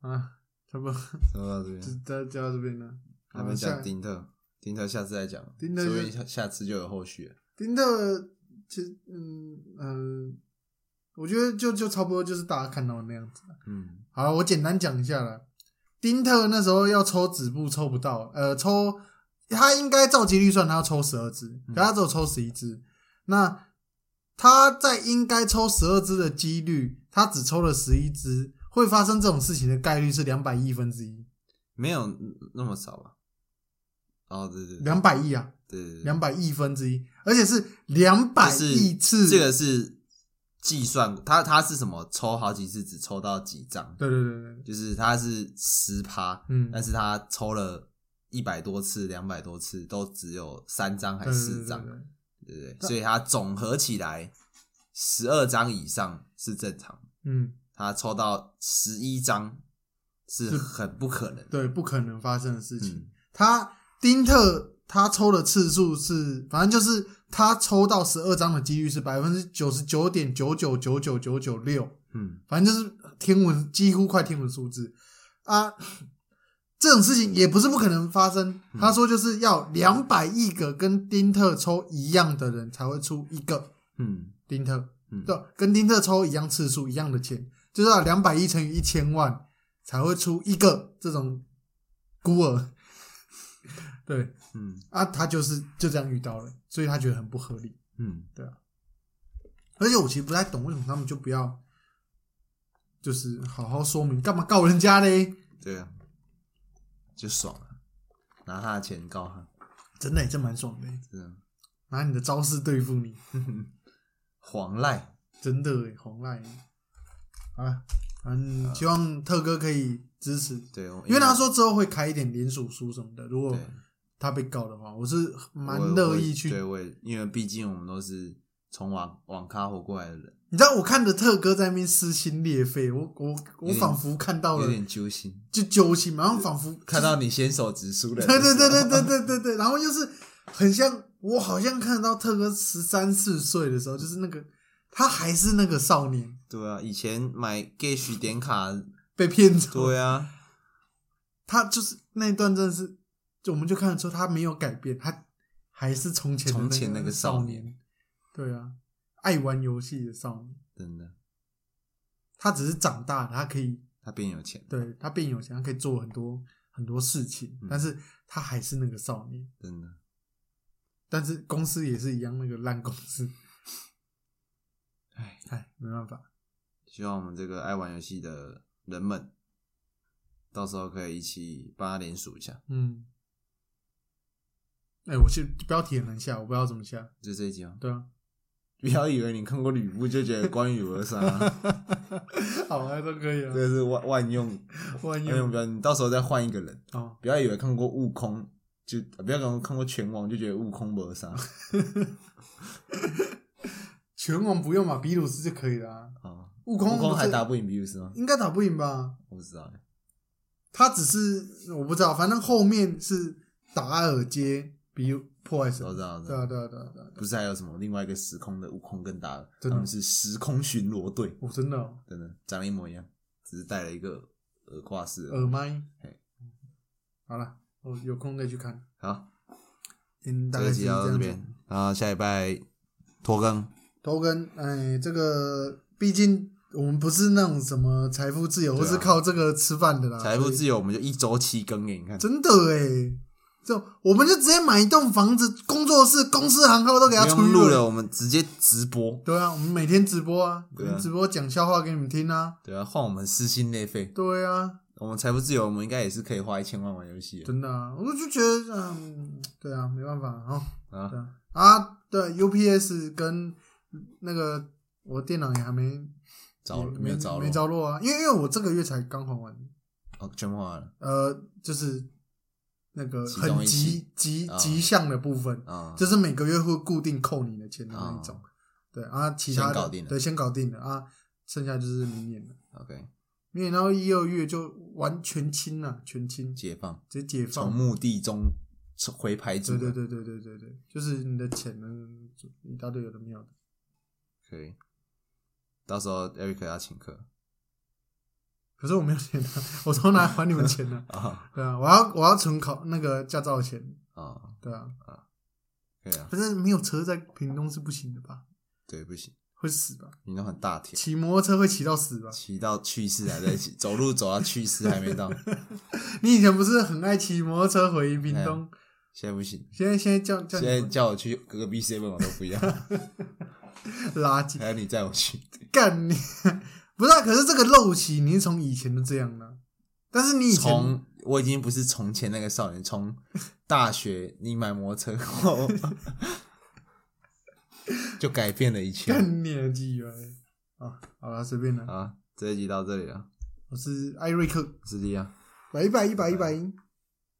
啊，差不多
说到这边
就，到就到这边了。
还
好
没
下
讲丁特，丁特下次再讲，
丁特
说
就
不定下下次就有后续了。
丁特，其实嗯嗯、我觉得就就差不多就是大家看到的那样子了。
嗯，
好了，我简单讲一下了。丁特那时候要抽止步抽不到，呃，抽他应该照几率算他要抽十二只，
嗯
可他只有抽十一只。那他在应该抽十二只的几率，他只抽了十一只，会发生这种事情的概率是两百亿分之一。
没有那么少吧？哦，对对对
两百亿啊，
对对，
两百亿分之一，而且是两百
就是
亿次。
这个是计算，它它是什么？抽好几次只抽到几张，
对对对对，
就是它是十趴，
嗯
但是他抽了一百多次、两百多次，都只有三张还
对
是
对
四张，
对对对
对不对？所以他总合起来十二张以上是正常，
嗯，
他抽到十一张是很不可能的。
对，不可能发生的事情。
嗯，
他丁特他抽的次数是，反正就是他抽到十二张的几率是百分之九十九点九九九九九九六，
嗯，
反正就是天文几乎快天文数字啊。这种事情也不是不可能发生。他说就是要两百亿个跟丁特抽一样的人才会出一个
嗯，
丁特，
嗯
对，跟丁特抽一样次数一样的钱，就是要两百亿乘以一千万才会出一个这种孤儿。 (laughs) 对
嗯，
啊，他就是就这样遇到了，所以他觉得很不合理。
嗯，
而且我其实不太懂为什么他们就不要，就是好好说明，干嘛告人家嘞？
对啊，就爽了，拿他的钱告他，
真的也真蛮爽的，
真的
拿你的招式对付你，
黄赖。
真的诶，红赖耶。好了，嗯，希望特哥可以支持，
对，因
因为他说之后会开一点联署书什么的，如果
对
他被告的话，我是蛮
我
乐
我
意去。
对，我也因为毕竟我们都是从网网咖活过来的人，
你知道我看着特哥在那边撕心裂肺，我我我
点
仿佛看到
有
了
点揪心。
就揪心嘛，然后仿佛
(laughs) 看到你先手直输的
对
人的时
对
候，
对对
(laughs)
对对对对，然后就是很像我好像看到特哥十三四岁的时候，就是那个他还是那个少年
对啊！以前买 Gash 点卡，
被骗走，
对啊，
他就是那一段真的是，就我们就看得出他没有改变，他还是从前的
从前那个
少
少
年，对啊，爱玩游戏的少年，
真的，
他只是长大了，他可以
他变有钱，
对他变有钱，他可以做很多很多事情，
嗯
但是他还是那个少年。
真的，
但是公司也是一样那个烂公司，
唉，
哎，没办法，
希望我们这个爱玩游戏的人们，到时候可以一起帮他联署一下，
嗯。哎、我是标题很难下，我不知道怎么下。
就这一集哦。 (laughs)
对啊，
不要以为你看过吕布就觉得关羽和尚啊， (laughs)
好啊，都可以
这
啊。
个是万万用
万
万
一
用标准，你到时候再换一个人。
哦，
不要以为看过悟空就呃不要看过看过拳王就觉得悟空没
(laughs)
啥
拳王不用嘛，比鲁斯就可以了、啊。
啊，
悟
悟
空
空还
不是
打不赢比鲁斯吗？
应该打不赢吧？
我不知道欸，
他只是我不知道，反正后面是达尔接比破坏神
我。知道，我知
对啊，
道，
对啊，对啊，对啊！
不是还有什么另外一个时空的悟空跟打了，
真的
他们是时空巡逻队，
我、真的哦
真的长得一模一样，只是戴了一个耳挂式的。
耳麦
嘿。
好了，我有空再去看。
好，
嗯，大
这
概
个
是
集
这样
到这
子。啊
边，然后下礼拜拖更，
头跟哎，这个毕竟我们不是那种什么财富自由，
对
或
啊
是靠这个吃饭的啦。
财富
所以
自由我们就一周七更给你看，
真的哎，就我们就直接买一栋房子，工作室、公司行号都给他
不
出
用录了，
了。
我们直接直播，
对啊，我们每天直播啊，我
对啊
们直播讲笑话给你们听啊。
对啊，换我们撕心裂肺，
对啊，
我们财富自由，我们应该也是可以花一千万玩游戏的
真的啊，我就觉得嗯，对啊，没办法啊。
啊
对。啊啊，对，UPS 跟那个我电脑也还没
着
也
没有着落，
没着落啊，因为因为我这个月才刚还完。
哦，全部完了
呃，就是那个
其中
很
一
极
期
极
啊
极项的部分，
啊，
就是每个月会固定扣你的钱的那一种。对啊，其他的
先搞定了
对，先搞定了啊，剩下就是明年了。
OK
明年到一二月就完全清了，全清
嗯解放，
直接解
从
放。
墓地中回牌组
对
了，
对对对对对对，就是你的钱呢，就一大堆有的没有的。
可以。到时候 Eric 要请客
可是我没有钱啊，我从哪还你们钱呢、 (laughs)
啊
对啊，我要我要存考那个驾照的钱，
啊，
对啊，
可以啊，
反正没有车在屏东是不行的吧？
对，不行，
会死吧？
你都很大铁，
骑摩托车会骑到死吧？
骑到去世还
(laughs)
在骑，走路走到去世还没到，
你以前不是很爱骑摩托车回屏东？
现在不行，
现在哎现在叫叫
现在
你
叫我去隔壁 seven 我都不
(laughs)
要，
垃圾
还要你载我去，
(laughs) 干你！不是、啊，可是这个陋习你是从以前就这样了、但是你以前
从我已经不是从前那个少年，从大学你买摩托车
(laughs)
后就改变了一切
干你的鸡巴！啊，好了，随便了。
啊！这一集到这里了，
我是艾瑞克，
我是利亚。
拜拜，一百一百。